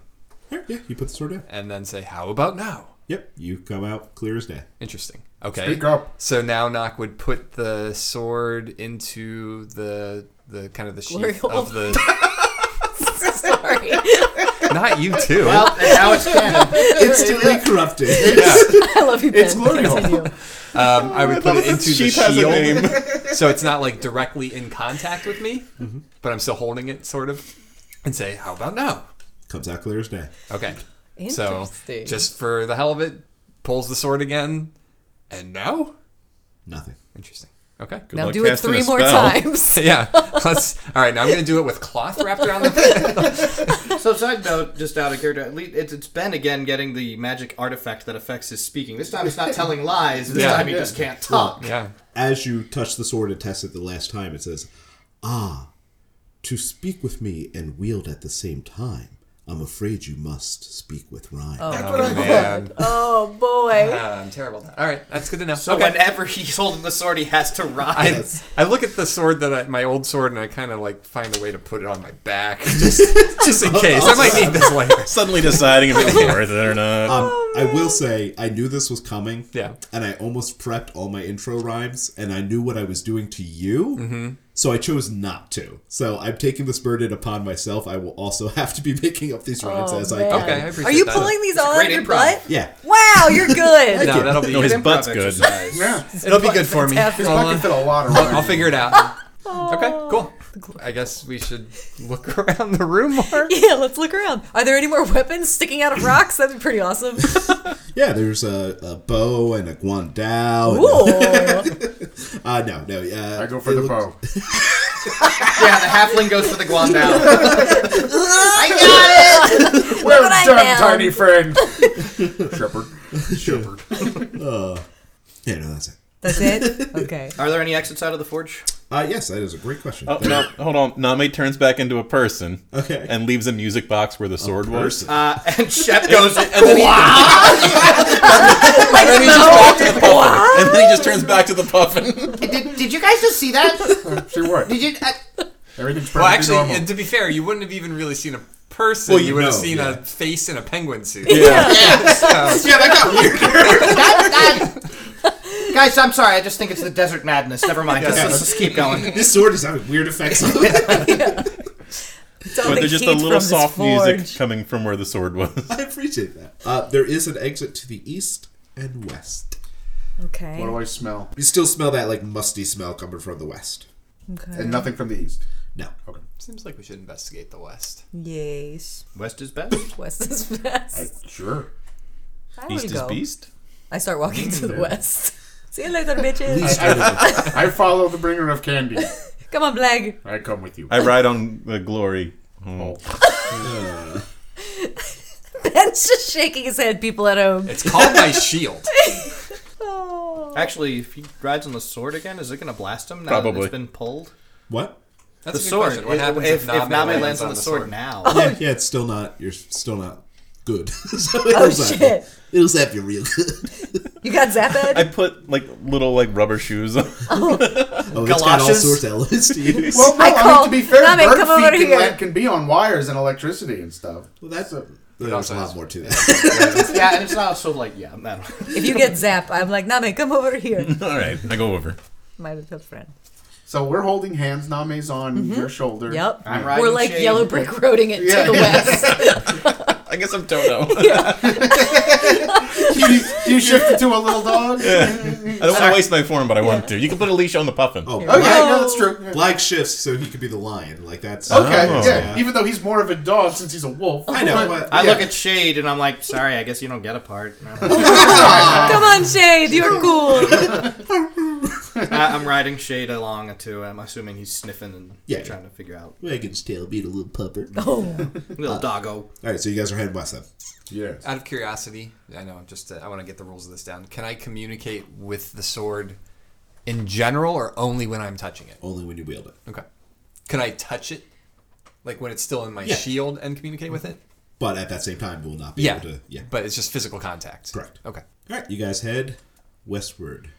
S2: Yeah, you put the sword down.
S6: and then say, "How about now?"
S2: Yep, you come out clear as day.
S6: Interesting. Okay.
S3: Speak up.
S6: So now Nock would put the sword into the the kind of the sheath
S5: Glory hole.
S6: of the.
S5: Sorry.
S6: Not you too.
S7: Well, and now it's canon.
S2: Instantly corrupted.
S5: I love you, Ben. It's
S2: glorious.
S6: um, I would put it into the
S4: sheep has a
S6: shield,
S4: name.
S6: so it's not like directly in contact with me, but I'm still holding it sort of, and say, "How about now?"
S2: Comes out clear as day.
S6: Okay. So
S5: Interesting.
S6: just for the hell of it, pulls the sword again, and now
S2: Nothing.
S6: interesting. Okay.
S5: Now
S4: luck
S5: do it
S4: casting a
S5: three more
S4: spell.
S5: times.
S6: Yeah. Let's. All right. Now I'm gonna do it with cloth wrapped around the.
S7: So, side note, just out of character, at least it's, it's Ben again getting the magic artifact that affects his speaking. This time it's not telling lies. This
S6: Yeah.
S7: time he just can't talk.
S6: Yeah.
S2: As you touch the sword and test it the last time, it says, Ah, to speak with me and wield at the same time, I'm afraid you must speak with Ryan.
S6: Oh, man.
S5: oh boy.
S6: Ah, I'm terrible. All right. That's good to know.
S7: So
S6: okay.
S7: whenever he's holding the sword, he has to
S6: I,
S7: rise.
S6: I look at the sword that I, my old sword and I kind of like find a way to put it on my back just just in case I might need this later.
S4: Suddenly deciding if it's worth it or not.
S2: Um, I will say, I knew this was coming.
S6: Yeah.
S2: And I almost prepped all my intro rhymes, and I knew what I was doing to you. So I chose not to. So I'm taking this burden upon myself. I will also have to be making up these rhymes
S5: Oh,
S2: as
S5: man.
S2: I
S6: Okay, I
S2: can.
S6: appreciate
S5: Are you
S6: that.
S5: pulling these all out of
S7: great
S5: your
S7: improv.
S5: butt?
S2: Yeah.
S5: Wow, you're good.
S6: No, that'll be
S4: No,
S6: good.
S4: his
S7: Improv
S4: butt's good.
S7: exercise.
S3: Yeah.
S6: It'll be good for me. Oh.
S5: Fantastic.
S6: I'll,
S3: Fucking
S6: uh,
S3: fit a lot of
S6: I'll
S3: rhymes.
S6: figure it out. Okay, cool. I guess we should look around the room more.
S5: Yeah, let's look around. Are there any more weapons sticking out of rocks? That'd be pretty awesome.
S2: Yeah, there's a, a bow and a guandao. and a-
S5: Ooh.
S2: Uh, no, no. Uh,
S3: I go for
S2: it
S3: the
S2: looks-
S3: bow.
S7: Yeah, the halfling goes for the guandao.
S3: We're
S5: what I
S3: done,
S5: found.
S3: tiny friend. Shepherd.
S2: Sure. uh, yeah, no, that's it.
S5: That's it? Okay.
S7: Are there any exits out of the forge?
S2: Uh, yes, that is a great question.
S4: Oh,
S2: Thank
S4: no,
S2: you.
S4: hold on. Name turns back into a person
S2: Okay.
S4: and leaves a music box where the sword was.
S2: Person.
S7: Uh, and Shep goes, and then he,
S4: And then, he just back to the puffin. and then he just turns back to the puffin.
S7: did, did you guys just see that?
S3: See what?
S7: Did you? Uh,
S3: Everything's perfectly
S6: Well, actually,
S3: normal.
S6: uh, to be fair, you wouldn't have even really seen a person.
S2: Well,
S6: you
S2: you
S6: would have
S2: know,
S6: seen
S2: yeah.
S6: a face in a penguin suit.
S7: yeah, that got weirder. Guys, I'm sorry. I just think it's the desert madness. Never mind. Let's, let's just keep going.
S2: This sword is having weird effects on it.
S5: Don't
S4: But
S5: they
S4: there's just a
S5: heat from
S4: little
S5: this
S4: soft
S5: forge?
S4: music coming from where the sword was.
S2: I appreciate that. Uh, there is an exit to the east and west.
S5: Okay.
S3: what do I smell?
S2: You still smell that like musty smell coming from the west.
S3: And nothing from the east.
S2: No.
S6: Seems like we should investigate the West.
S5: Yes.
S1: West is best.
S5: West is best.
S3: Sure.
S5: I would
S4: East is
S5: go.
S4: beast.
S5: I start walking to the west. See you later, bitches.
S2: East is-
S3: I follow the bringer of candy.
S5: Come on, Blag.
S3: I come with you.
S4: I ride on the glory. Oh.
S5: Ben's just shaking his head, people at home.
S6: It's called my shield.
S5: Oh.
S7: Actually, if he rides on the sword again, is it going to blast him now that
S4: Probably.
S7: it's been pulled?
S2: what?
S6: That's a
S7: the
S6: good
S7: sword.
S6: question. What
S7: If-
S6: happens
S7: if,
S6: if,
S7: if
S6: Name
S7: Name lands, on the sword, now?
S2: Yeah, yeah, it's still not. You're still not good. so it'll zap you.
S5: shit.
S2: It'll zap you real oh, good.
S5: You got Zapad?
S4: I put like little like rubber shoes on.
S2: Oh, it's got all
S7: Galoshes?
S2: sorts of elements to you.
S3: Well, no,
S5: I
S3: I, mean,
S5: call-
S3: to be fair,
S5: Nami,
S3: bird
S5: come over
S3: feet can,
S5: here.
S3: land- can be on wires and electricity and stuff.
S2: Well, that's a, there's
S6: also
S2: a
S6: has-
S2: lot more to that.
S7: yeah, and it's not also like, yeah, I don't know.
S5: If you get Zap, I'm like, Name, come over here.
S4: All right, I go over.
S5: My little friend.
S3: So we're holding hands. Name's on
S5: Mm-hmm.
S3: your shoulder.
S5: Yep.
S7: I'm
S3: Yeah.
S7: riding
S5: We're like
S7: shade.
S5: yellow brick roading it
S3: Yeah.
S5: to the west.
S4: I guess I'm Toto.
S3: you, you shifted to a little dog.
S4: I don't want to waste my form, but I want to. You can put a leash on the puffin.
S2: Oh,
S3: Okay, no, that's true. Yeah.
S2: Black shifts so he could be the lion. Like that's
S3: Okay,
S4: Oh.
S3: yeah. Even though he's more of a dog since he's a wolf.
S2: I know. But,
S7: I
S2: yeah.
S7: look at Shade and I'm like, sorry, I guess you don't get a part.
S5: Come on, Shade, you're cool.
S7: I, I'm riding Shade along too. I'm assuming he's sniffing and
S2: Yeah.
S7: trying to figure out
S2: Wagon's tail beat a little pupper.
S5: Oh.
S6: Uh,
S7: little doggo.
S2: All right, so you guys are heading west then.
S3: Yeah.
S6: Out of curiosity, I know. Just to, I want to get the rules of this down. Can I communicate with the sword in general, or only when I'm touching it?
S2: Only when you wield it.
S6: Okay. Can I touch it, like when it's still in my
S2: Yeah.
S6: shield, and communicate with it?
S2: But at that same time, we'll not be
S6: Yeah.
S2: able to. Yeah.
S6: But it's just physical contact.
S2: Correct.
S6: Okay.
S2: All right, you guys head westward,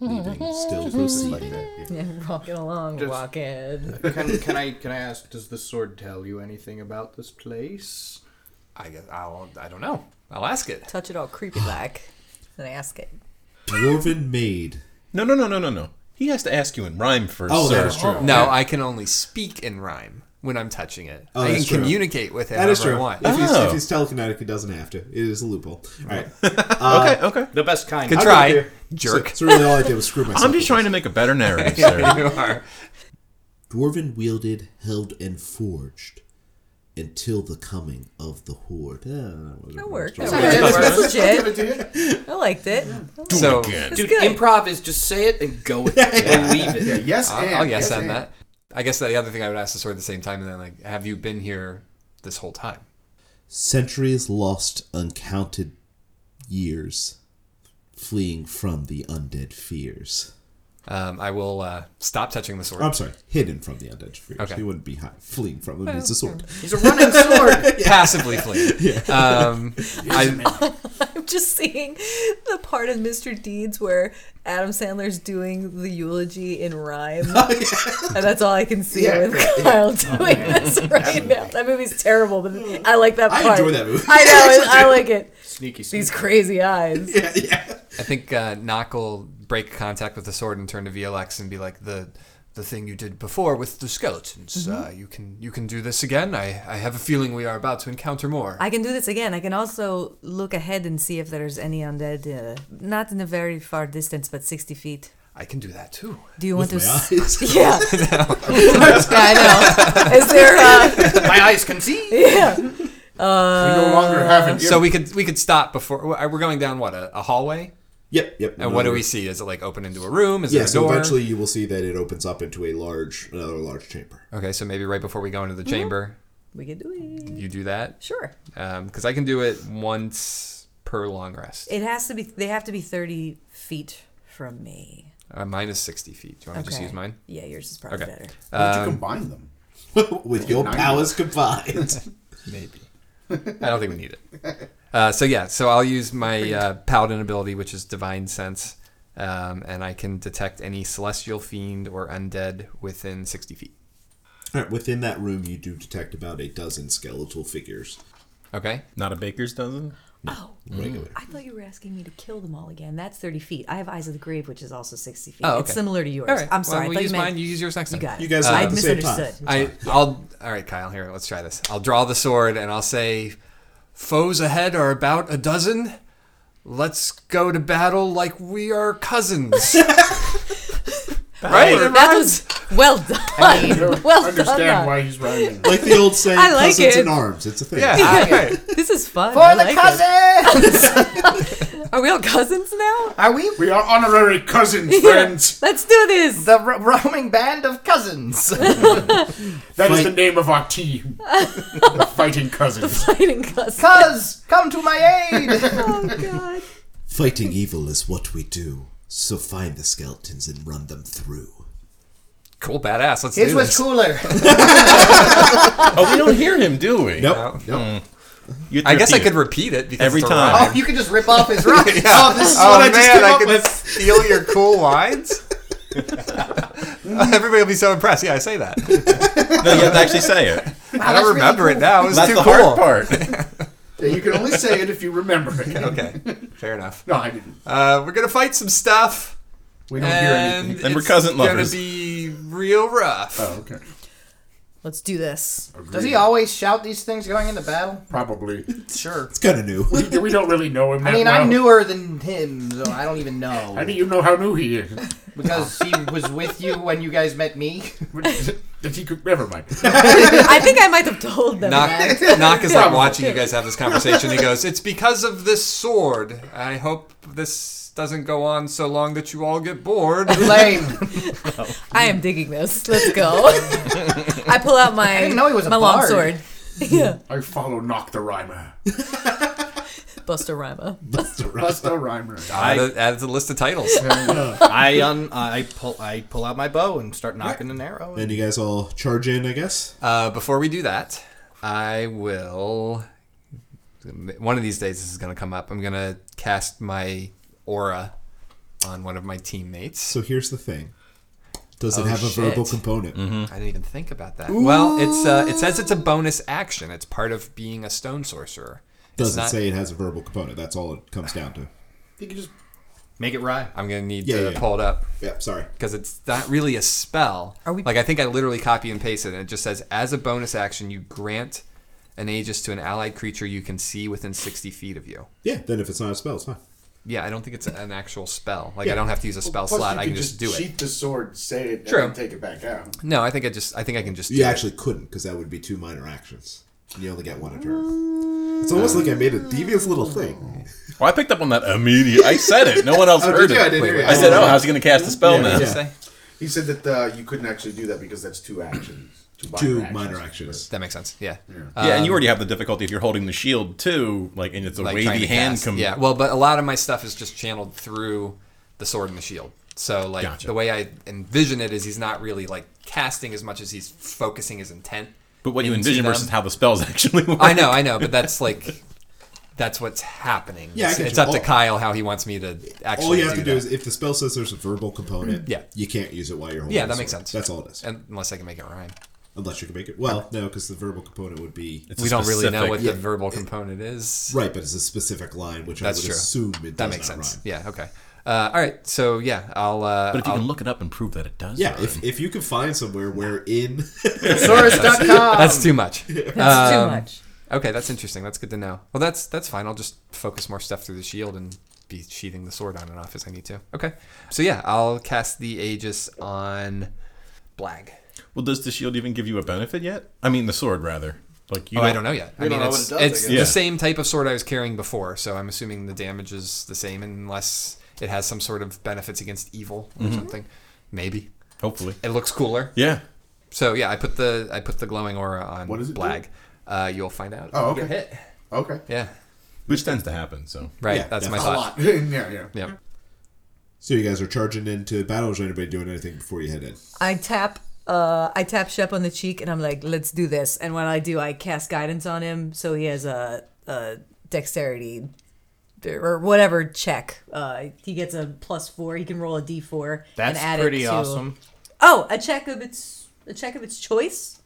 S2: leaving still proceeding.
S5: Yeah, walking along,
S7: Just-
S5: walking.
S7: Can, can I can I ask? Does the sword tell you anything about this place?
S6: I guess I'll. I don't know. I'll ask it.
S5: Touch it all creepy like. Then I ask it.
S2: Dwarven maid.
S4: No, no, no, no, no, no. He has to ask you in rhyme first,
S2: Oh,
S4: sir.
S2: that is true.
S6: No, I can only speak in rhyme when I'm touching it. I can
S2: Oh, that's true.
S6: communicate with it
S2: That is
S6: however
S2: true.
S6: I want.
S2: If, he's,
S4: Oh.
S2: if he's telekinetic, he doesn't have to. It is a loophole. All right.
S4: okay, okay.
S7: The best kind.
S6: Could
S7: I'll
S6: try,
S7: go with
S6: jerk.
S2: So, so really, all I did was screw myself.
S4: I'm just trying to make a better narrative, sir.
S6: you are.
S2: Dwarven wielded, held, and forged until the coming of the horde. Ah,
S5: That worked. That
S7: you.
S5: worked. That's legit.
S3: idea.
S5: I liked it.
S6: So
S4: Again.
S5: It's
S7: Dude,
S5: good.
S7: improv is just say it and go with it. Believe it.
S3: Yes,
S6: I'll,
S3: and.
S6: I'll yes
S3: and.
S6: on that. I guess the other thing I would ask the sword at the same time, and then like, have you been here this whole time?
S2: Centuries lost, uncounted years, fleeing from the undead fears.
S6: Um, I will uh, stop touching the sword.
S2: I'm sorry, hidden from the undead fears.
S6: Okay.
S2: He wouldn't be hi fleeing from them. It's a sword.
S7: He's a running sword.
S6: Passively flee. Um, I,
S5: I'm just seeing the part of Mr. Deeds where Adam Sandler's doing the eulogy in rhyme. And that's all I can see
S3: Yeah,
S5: with Kyle
S2: Oh,
S5: doing this right now. That movie's terrible, but I like that
S2: I
S5: part.
S2: enjoy that movie.
S5: I know, it- I like it.
S7: Sneaky,
S5: These
S7: sneaky.
S5: crazy eyes.
S6: I think uh, Nock will break contact with the sword and turn to VLX and be like the the thing you did before with the skeletons.
S5: Mm-hmm.
S6: Uh, you can you can do this again. I, I have a feeling we are about to encounter more.
S5: I can do this again. I can also look ahead and see if there's any undead, uh, not in a very far distance, but 60 feet.
S6: I can do that too.
S5: Do you want to?
S2: My
S5: s-
S2: eyes.
S5: Yeah. yeah, I know. Is there? Uh,
S7: My eyes can see.
S5: yeah.
S3: We no longer have
S5: Uh,
S3: an ear.
S6: So we could we could stop before we're going down what a, a hallway.
S2: Yep, yep.
S6: And what do we see? Is it like open into a room? Is
S2: Yeah,
S6: there a door?
S2: so eventually you will see that it opens up into a large, another large chamber.
S6: Okay, so maybe right before we go
S5: Mm-hmm.
S6: into the chamber,
S5: We can do it.
S6: you do that
S5: Sure.
S6: because I can do it once per long rest.
S5: It has to be. They have to be 30 feet from me.
S6: Uh, mine is sixty feet. Do you want to just use mine?
S5: Yeah, yours is probably
S6: Okay.
S5: better.
S3: Why
S5: um,
S3: don't you combine them?
S6: Oh,
S2: With your powers combined.
S6: Maybe. I don't think we need it. Uh, so yeah, so I'll use my uh, paladin ability, which is divine sense, um, and I can detect any celestial fiend or undead within sixty feet.
S2: Alright, within that room, you do detect about a dozen skeletal figures.
S6: Okay.
S4: Not a baker's dozen.
S5: Oh,
S6: Mm.
S2: Regular.
S5: I thought you were asking me to kill them all again. That's 30 feet. I have Eyes of the Grave, which is also 60 feet.
S6: Oh,
S5: It's
S6: okay.
S5: similar to yours.
S6: All right.
S5: I'm sorry. I
S6: Well, we'll
S5: thought you
S6: use
S5: meant-
S6: mine. Uh, You use yours next
S5: You
S6: time.
S5: got it.
S2: You guys are
S5: I
S2: at the same time.
S5: misunderstood.
S6: I, I'll. All right, Kyle. Here, let's try this. I'll draw the sword and I'll say, "Foes ahead are about a dozen. Let's go to battle like we are cousins." right.
S5: That was well done. well
S3: Understand
S5: done. uh,
S3: why he's running.
S2: Like the old saying,
S5: I like
S2: cousins
S5: it.
S2: in arms. It's a thing.
S6: Yeah.
S4: Okay.
S5: This is fun. For the cousins. Are we all cousins now?
S7: Are we
S3: We are honorary cousins, friends.
S5: Let's do this.
S7: the ro- roaming band of cousins?
S3: That is
S2: Fight.
S3: the name of our team. the fighting cousins.
S5: Fighting cousins.
S7: Cuz, come to my aid.
S5: Oh God.
S2: Fighting evil is what we do. So find the skeletons and run them through.
S6: Cool, badass. Let's
S7: Here's
S6: do
S7: what's
S6: this.
S7: cooler.
S4: Oh, we don't hear him, do we? Hmm.
S2: Nope. Nope.
S4: You
S6: I guess I
S4: repeat
S6: could
S4: it.
S6: repeat it because
S4: Every
S6: it's a
S4: time.
S6: rhyme.
S7: Oh,
S4: Yeah.
S7: you can just rip off his rock. Oh, this is
S6: Oh
S7: what I just
S6: man,
S7: came
S6: I
S7: up
S6: can
S7: with.
S6: steal your cool lines. Everybody will be so impressed. Yeah, I say that.
S4: No, you have to actually say it.
S6: I
S7: Wow, that's
S6: don't
S7: really
S6: remember
S7: cool.
S6: it now. It was
S4: That's
S6: too
S4: the hard
S6: cool.
S4: part.
S3: Yeah, you can only say it if you remember it.
S6: Okay, fair enough.
S3: No, I didn't.
S6: Uh, we're gonna fight some stuff,
S3: We don't hear
S6: and,
S3: anything.
S4: And we're
S6: it's
S4: cousin
S6: gonna
S4: lovers.
S6: be real rough.
S3: Oh, okay.
S5: Let's do this.
S7: Does he always shout these things going into battle?
S3: Probably.
S7: Sure.
S2: It's kind of new.
S3: We don't really know him.
S7: I
S3: that
S7: mean, I'm
S3: well.
S7: newer than him, so I don't even
S3: How do
S7: know
S3: you know how new he is?
S7: because he was with you when you guys met me.
S3: Did he? Never mind.
S5: I think I might have told them.
S6: Knock,
S5: that.
S6: Knock is like watching you guys have this conversation. He goes, "It's because of this sword. I hope this doesn't go on so long that you all get bored."
S7: Lame.
S5: I am digging this. Let's go. I pull out my
S7: didn't know he was a
S5: my long
S7: bard.
S5: sword. Yeah,
S3: I follow Knock the Rhymer.
S5: Buster Rhyma.
S3: That's the Rhymer.
S6: Add a, add a list of titles.
S7: I un- I pull I pull out my bow and start knocking an arrow.
S2: And you guys all charge in, I guess.
S6: Uh, before we do that, I will. One of these days, this is going to come up. I'm going to cast my aura on one of my teammates.
S2: Hmm. So here's the thing. Does it
S6: Oh,
S2: have a
S6: shit. Mm-hmm.
S2: verbal component?
S6: I didn't even think about that. Well, it's uh, it says it's a bonus action. It's part of being a stone sorcerer. It's
S2: Doesn't
S6: not-
S2: say it has a verbal component. That's all it comes down to.
S3: You could just
S7: Make it rhyme.
S6: I'm gonna need
S2: Yeah,
S6: to
S2: yeah, yeah.
S6: pull it up
S2: Yeah, sorry.
S6: because it's not really a spell.
S5: Are we-
S6: Like I think I literally copy and paste it, and it just says as a bonus action you grant an Aegis to an allied creature you can see within 60 feet of you.
S2: Yeah, then if it's not a spell, it's fine.
S6: Yeah, I don't think it's an actual spell. Like
S2: Yeah.
S6: I don't have to use a spell
S3: plus
S6: slot.
S3: you
S6: I can just, do
S3: cheat the sword, say it,
S6: True.
S3: and then take it back out.
S6: it. No, I think I just I think I can just.
S2: You actually couldn't because that would be two minor actions. You only get one a turn. It's almost like I made a devious little thing.
S4: Well, I picked up on that immediately. I said it. No one else heard
S2: Oh, did
S4: it.
S2: you? I didn't hear you.
S4: I said, "Oh, how's he going to cast a spell now?"
S6: Did it say?
S3: He said that uh, you couldn't actually do that because that's two actions. Two minor
S2: Two
S3: actions.
S2: minor actions.
S6: That makes sense. Yeah. Uh,
S4: Yeah, and you already have the difficulty if you're holding the shield too, like, and it's a
S6: Um, like trying
S4: wavy
S6: to
S4: hand.
S6: cast.
S4: Com-
S6: yeah, well, but a lot of my stuff is just channeled through the sword and the shield. So like
S4: Gotcha.
S6: the way I envision it is he's not really like casting as much as he's focusing his intent.
S4: but what you
S6: into
S4: envision
S6: them.
S4: versus how the spells actually work.
S6: I know, I know, but that's like that's what's happening.
S2: Yeah, I
S6: it's,
S2: get
S6: it's
S2: you.
S6: up to
S2: All-
S6: Kyle how he wants me to actually.
S2: All you have
S6: do
S2: to do is if the spell says there's a verbal component,
S6: Yeah.
S2: you can't use it while you're holding
S6: Yeah,
S2: the
S6: that makes
S2: sword.
S6: sense.
S2: That's all it is.
S6: And- unless I can make it rhyme.
S2: Unless you can make it. Well, no, because the verbal component would be.
S4: It's a
S6: we don't really know
S4: specific-
S6: what the verbal component is.
S2: Right, but it's a specific line, which I
S6: That's
S2: would
S6: true.
S2: assume it does
S6: That makes
S2: not
S6: sense.
S2: rhyme.
S6: Yeah. Okay. Uh, all right. So yeah, I'll. Uh,
S4: But if you
S6: I'll-
S4: can look it up and prove that it does,
S2: Yeah,
S4: rhyme.
S2: if, if you can find somewhere where in
S7: Um,
S1: Source.com.
S6: that's too much.
S5: That's too much.
S6: Okay, that's interesting. That's good to know. Well, that's that's fine. I'll just focus more stuff through the shield and be sheathing the sword on and off as I need to. Okay. So yeah, I'll cast the Aegis on Blag.
S4: well, does the shield even give you a benefit yet? I mean, the sword rather. Like you,
S6: Oh, I don't know yet. I
S7: We don't
S6: mean,
S7: know what
S6: it's,
S7: it does, I
S6: it's
S7: guess.
S6: the
S4: Yeah.
S6: same type of sword I was carrying before, so I'm assuming the damage is the same unless it has some sort of benefits against evil or
S2: Mm-hmm.
S6: something. Maybe.
S4: Hopefully,
S6: It looks cooler.
S4: yeah.
S6: So yeah, I put the I put the glowing aura on
S3: What does it do?
S6: Blag. Uh, you'll find out.
S3: Oh,
S6: You get
S3: okay.
S6: hit.
S3: Okay.
S6: Yeah.
S4: Which tends to happen. So
S6: Right.
S2: Yeah,
S6: that's my
S2: definitely.
S3: A
S6: thought.
S3: lot. yeah, yeah.
S6: Yeah.
S2: So you guys are charging into battle. Is anybody doing anything before you head in?
S5: I tap uh I tap Shep on the cheek and I'm like, let's do this. And when I do, I cast guidance on him so he has a, a dexterity or whatever check. Uh he gets a plus four. He can roll a D four. and
S7: That's
S5: add
S7: pretty
S5: it to,
S7: awesome.
S5: Oh, a check of its a check of its choice?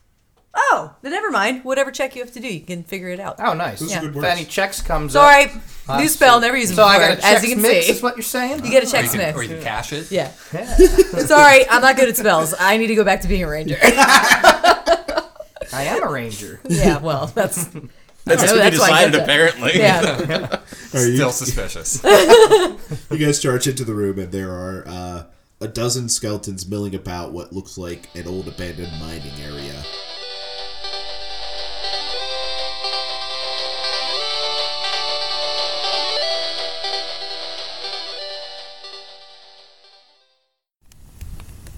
S5: Oh, then never mind. Whatever check you have to do, you can figure it out.
S7: Oh, nice.
S2: Those
S5: Yeah.
S2: are good
S7: If
S2: words.
S7: any checks comes
S5: Sorry.
S7: up.
S5: New spell, never used it
S7: So I
S5: before,
S7: got a
S5: as
S7: check
S5: you can
S7: mix
S5: see.
S7: is what you're saying.
S5: You get a check
S6: Or you can- Or you
S5: smith.
S6: can cash it.
S5: Yeah. Sorry, I'm not good at spells. I need to go back to being a ranger.
S7: I am a ranger.
S5: yeah, well, that's
S4: that's,
S5: know,
S4: what
S5: Oh, that's
S4: you
S5: why I
S4: decided.
S5: said that.
S4: Apparently,
S5: yeah.
S2: Are you,
S6: Still suspicious.
S2: you guys charge into the room, and there are uh, a dozen skeletons milling about what looks like an old abandoned mining area.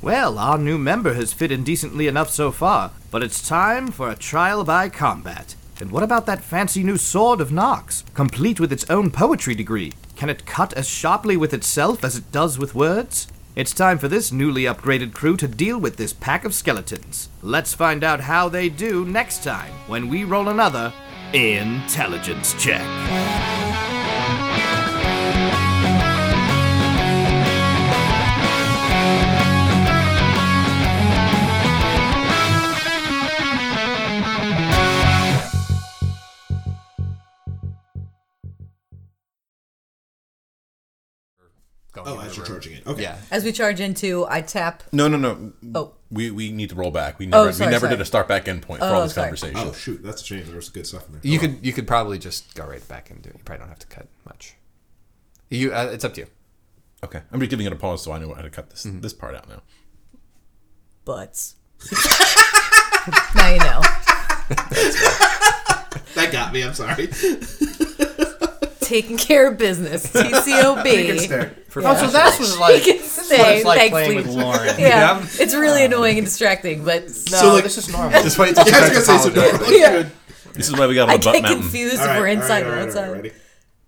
S1: Well, our new member has fit in decently enough so far, but it's time for a trial by combat. And what about that fancy new sword of Nox, complete with its own poetry degree? Can it cut as sharply with itself as it does with words? It's time for this newly upgraded crew to deal with this pack of skeletons. Let's find out how they do next time when we roll another intelligence check.
S6: Going
S2: Oh,
S6: into
S2: as
S6: the
S2: you're
S6: room.
S2: charging it. Okay.
S6: Yeah.
S5: As we charge into, I tap.
S4: No, no, no.
S5: Oh.
S4: We we need to roll back. We never
S5: sorry,
S4: we never
S5: sorry.
S4: did a start back end point for all
S5: Oh,
S4: this
S5: sorry.
S4: conversation.
S2: Oh shoot, that's a shame. There was some good stuff in there. Oh,
S6: You
S2: Hold
S6: could you could probably just go right back and do it. You probably don't have to cut much. You uh, it's up to you.
S4: Okay, I'm just giving it a pause so I know how to cut this this part out now.
S5: butts. now you know.
S2: on. that got me. I'm sorry.
S5: Taking care of business. TCOB.
S3: There.
S7: Oh, so that's what it's like.
S5: can
S7: This is
S5: stay.
S7: what it's like
S5: Thanks,
S7: playing
S5: please.
S7: with Lauren.
S5: Yeah. It's really annoying and distracting, but
S7: No,
S2: So, like-
S7: this is normal.
S6: Just wait till
S2: I was gonna say
S6: apologize.
S2: something.
S5: yeah.
S4: This is why we got
S5: I
S4: on the butt
S5: get
S4: mountain.
S5: confused
S2: All
S5: if
S2: right,
S5: we're
S2: all right,
S5: inside
S2: all
S5: or
S2: right, all right,
S5: outside.
S2: ready?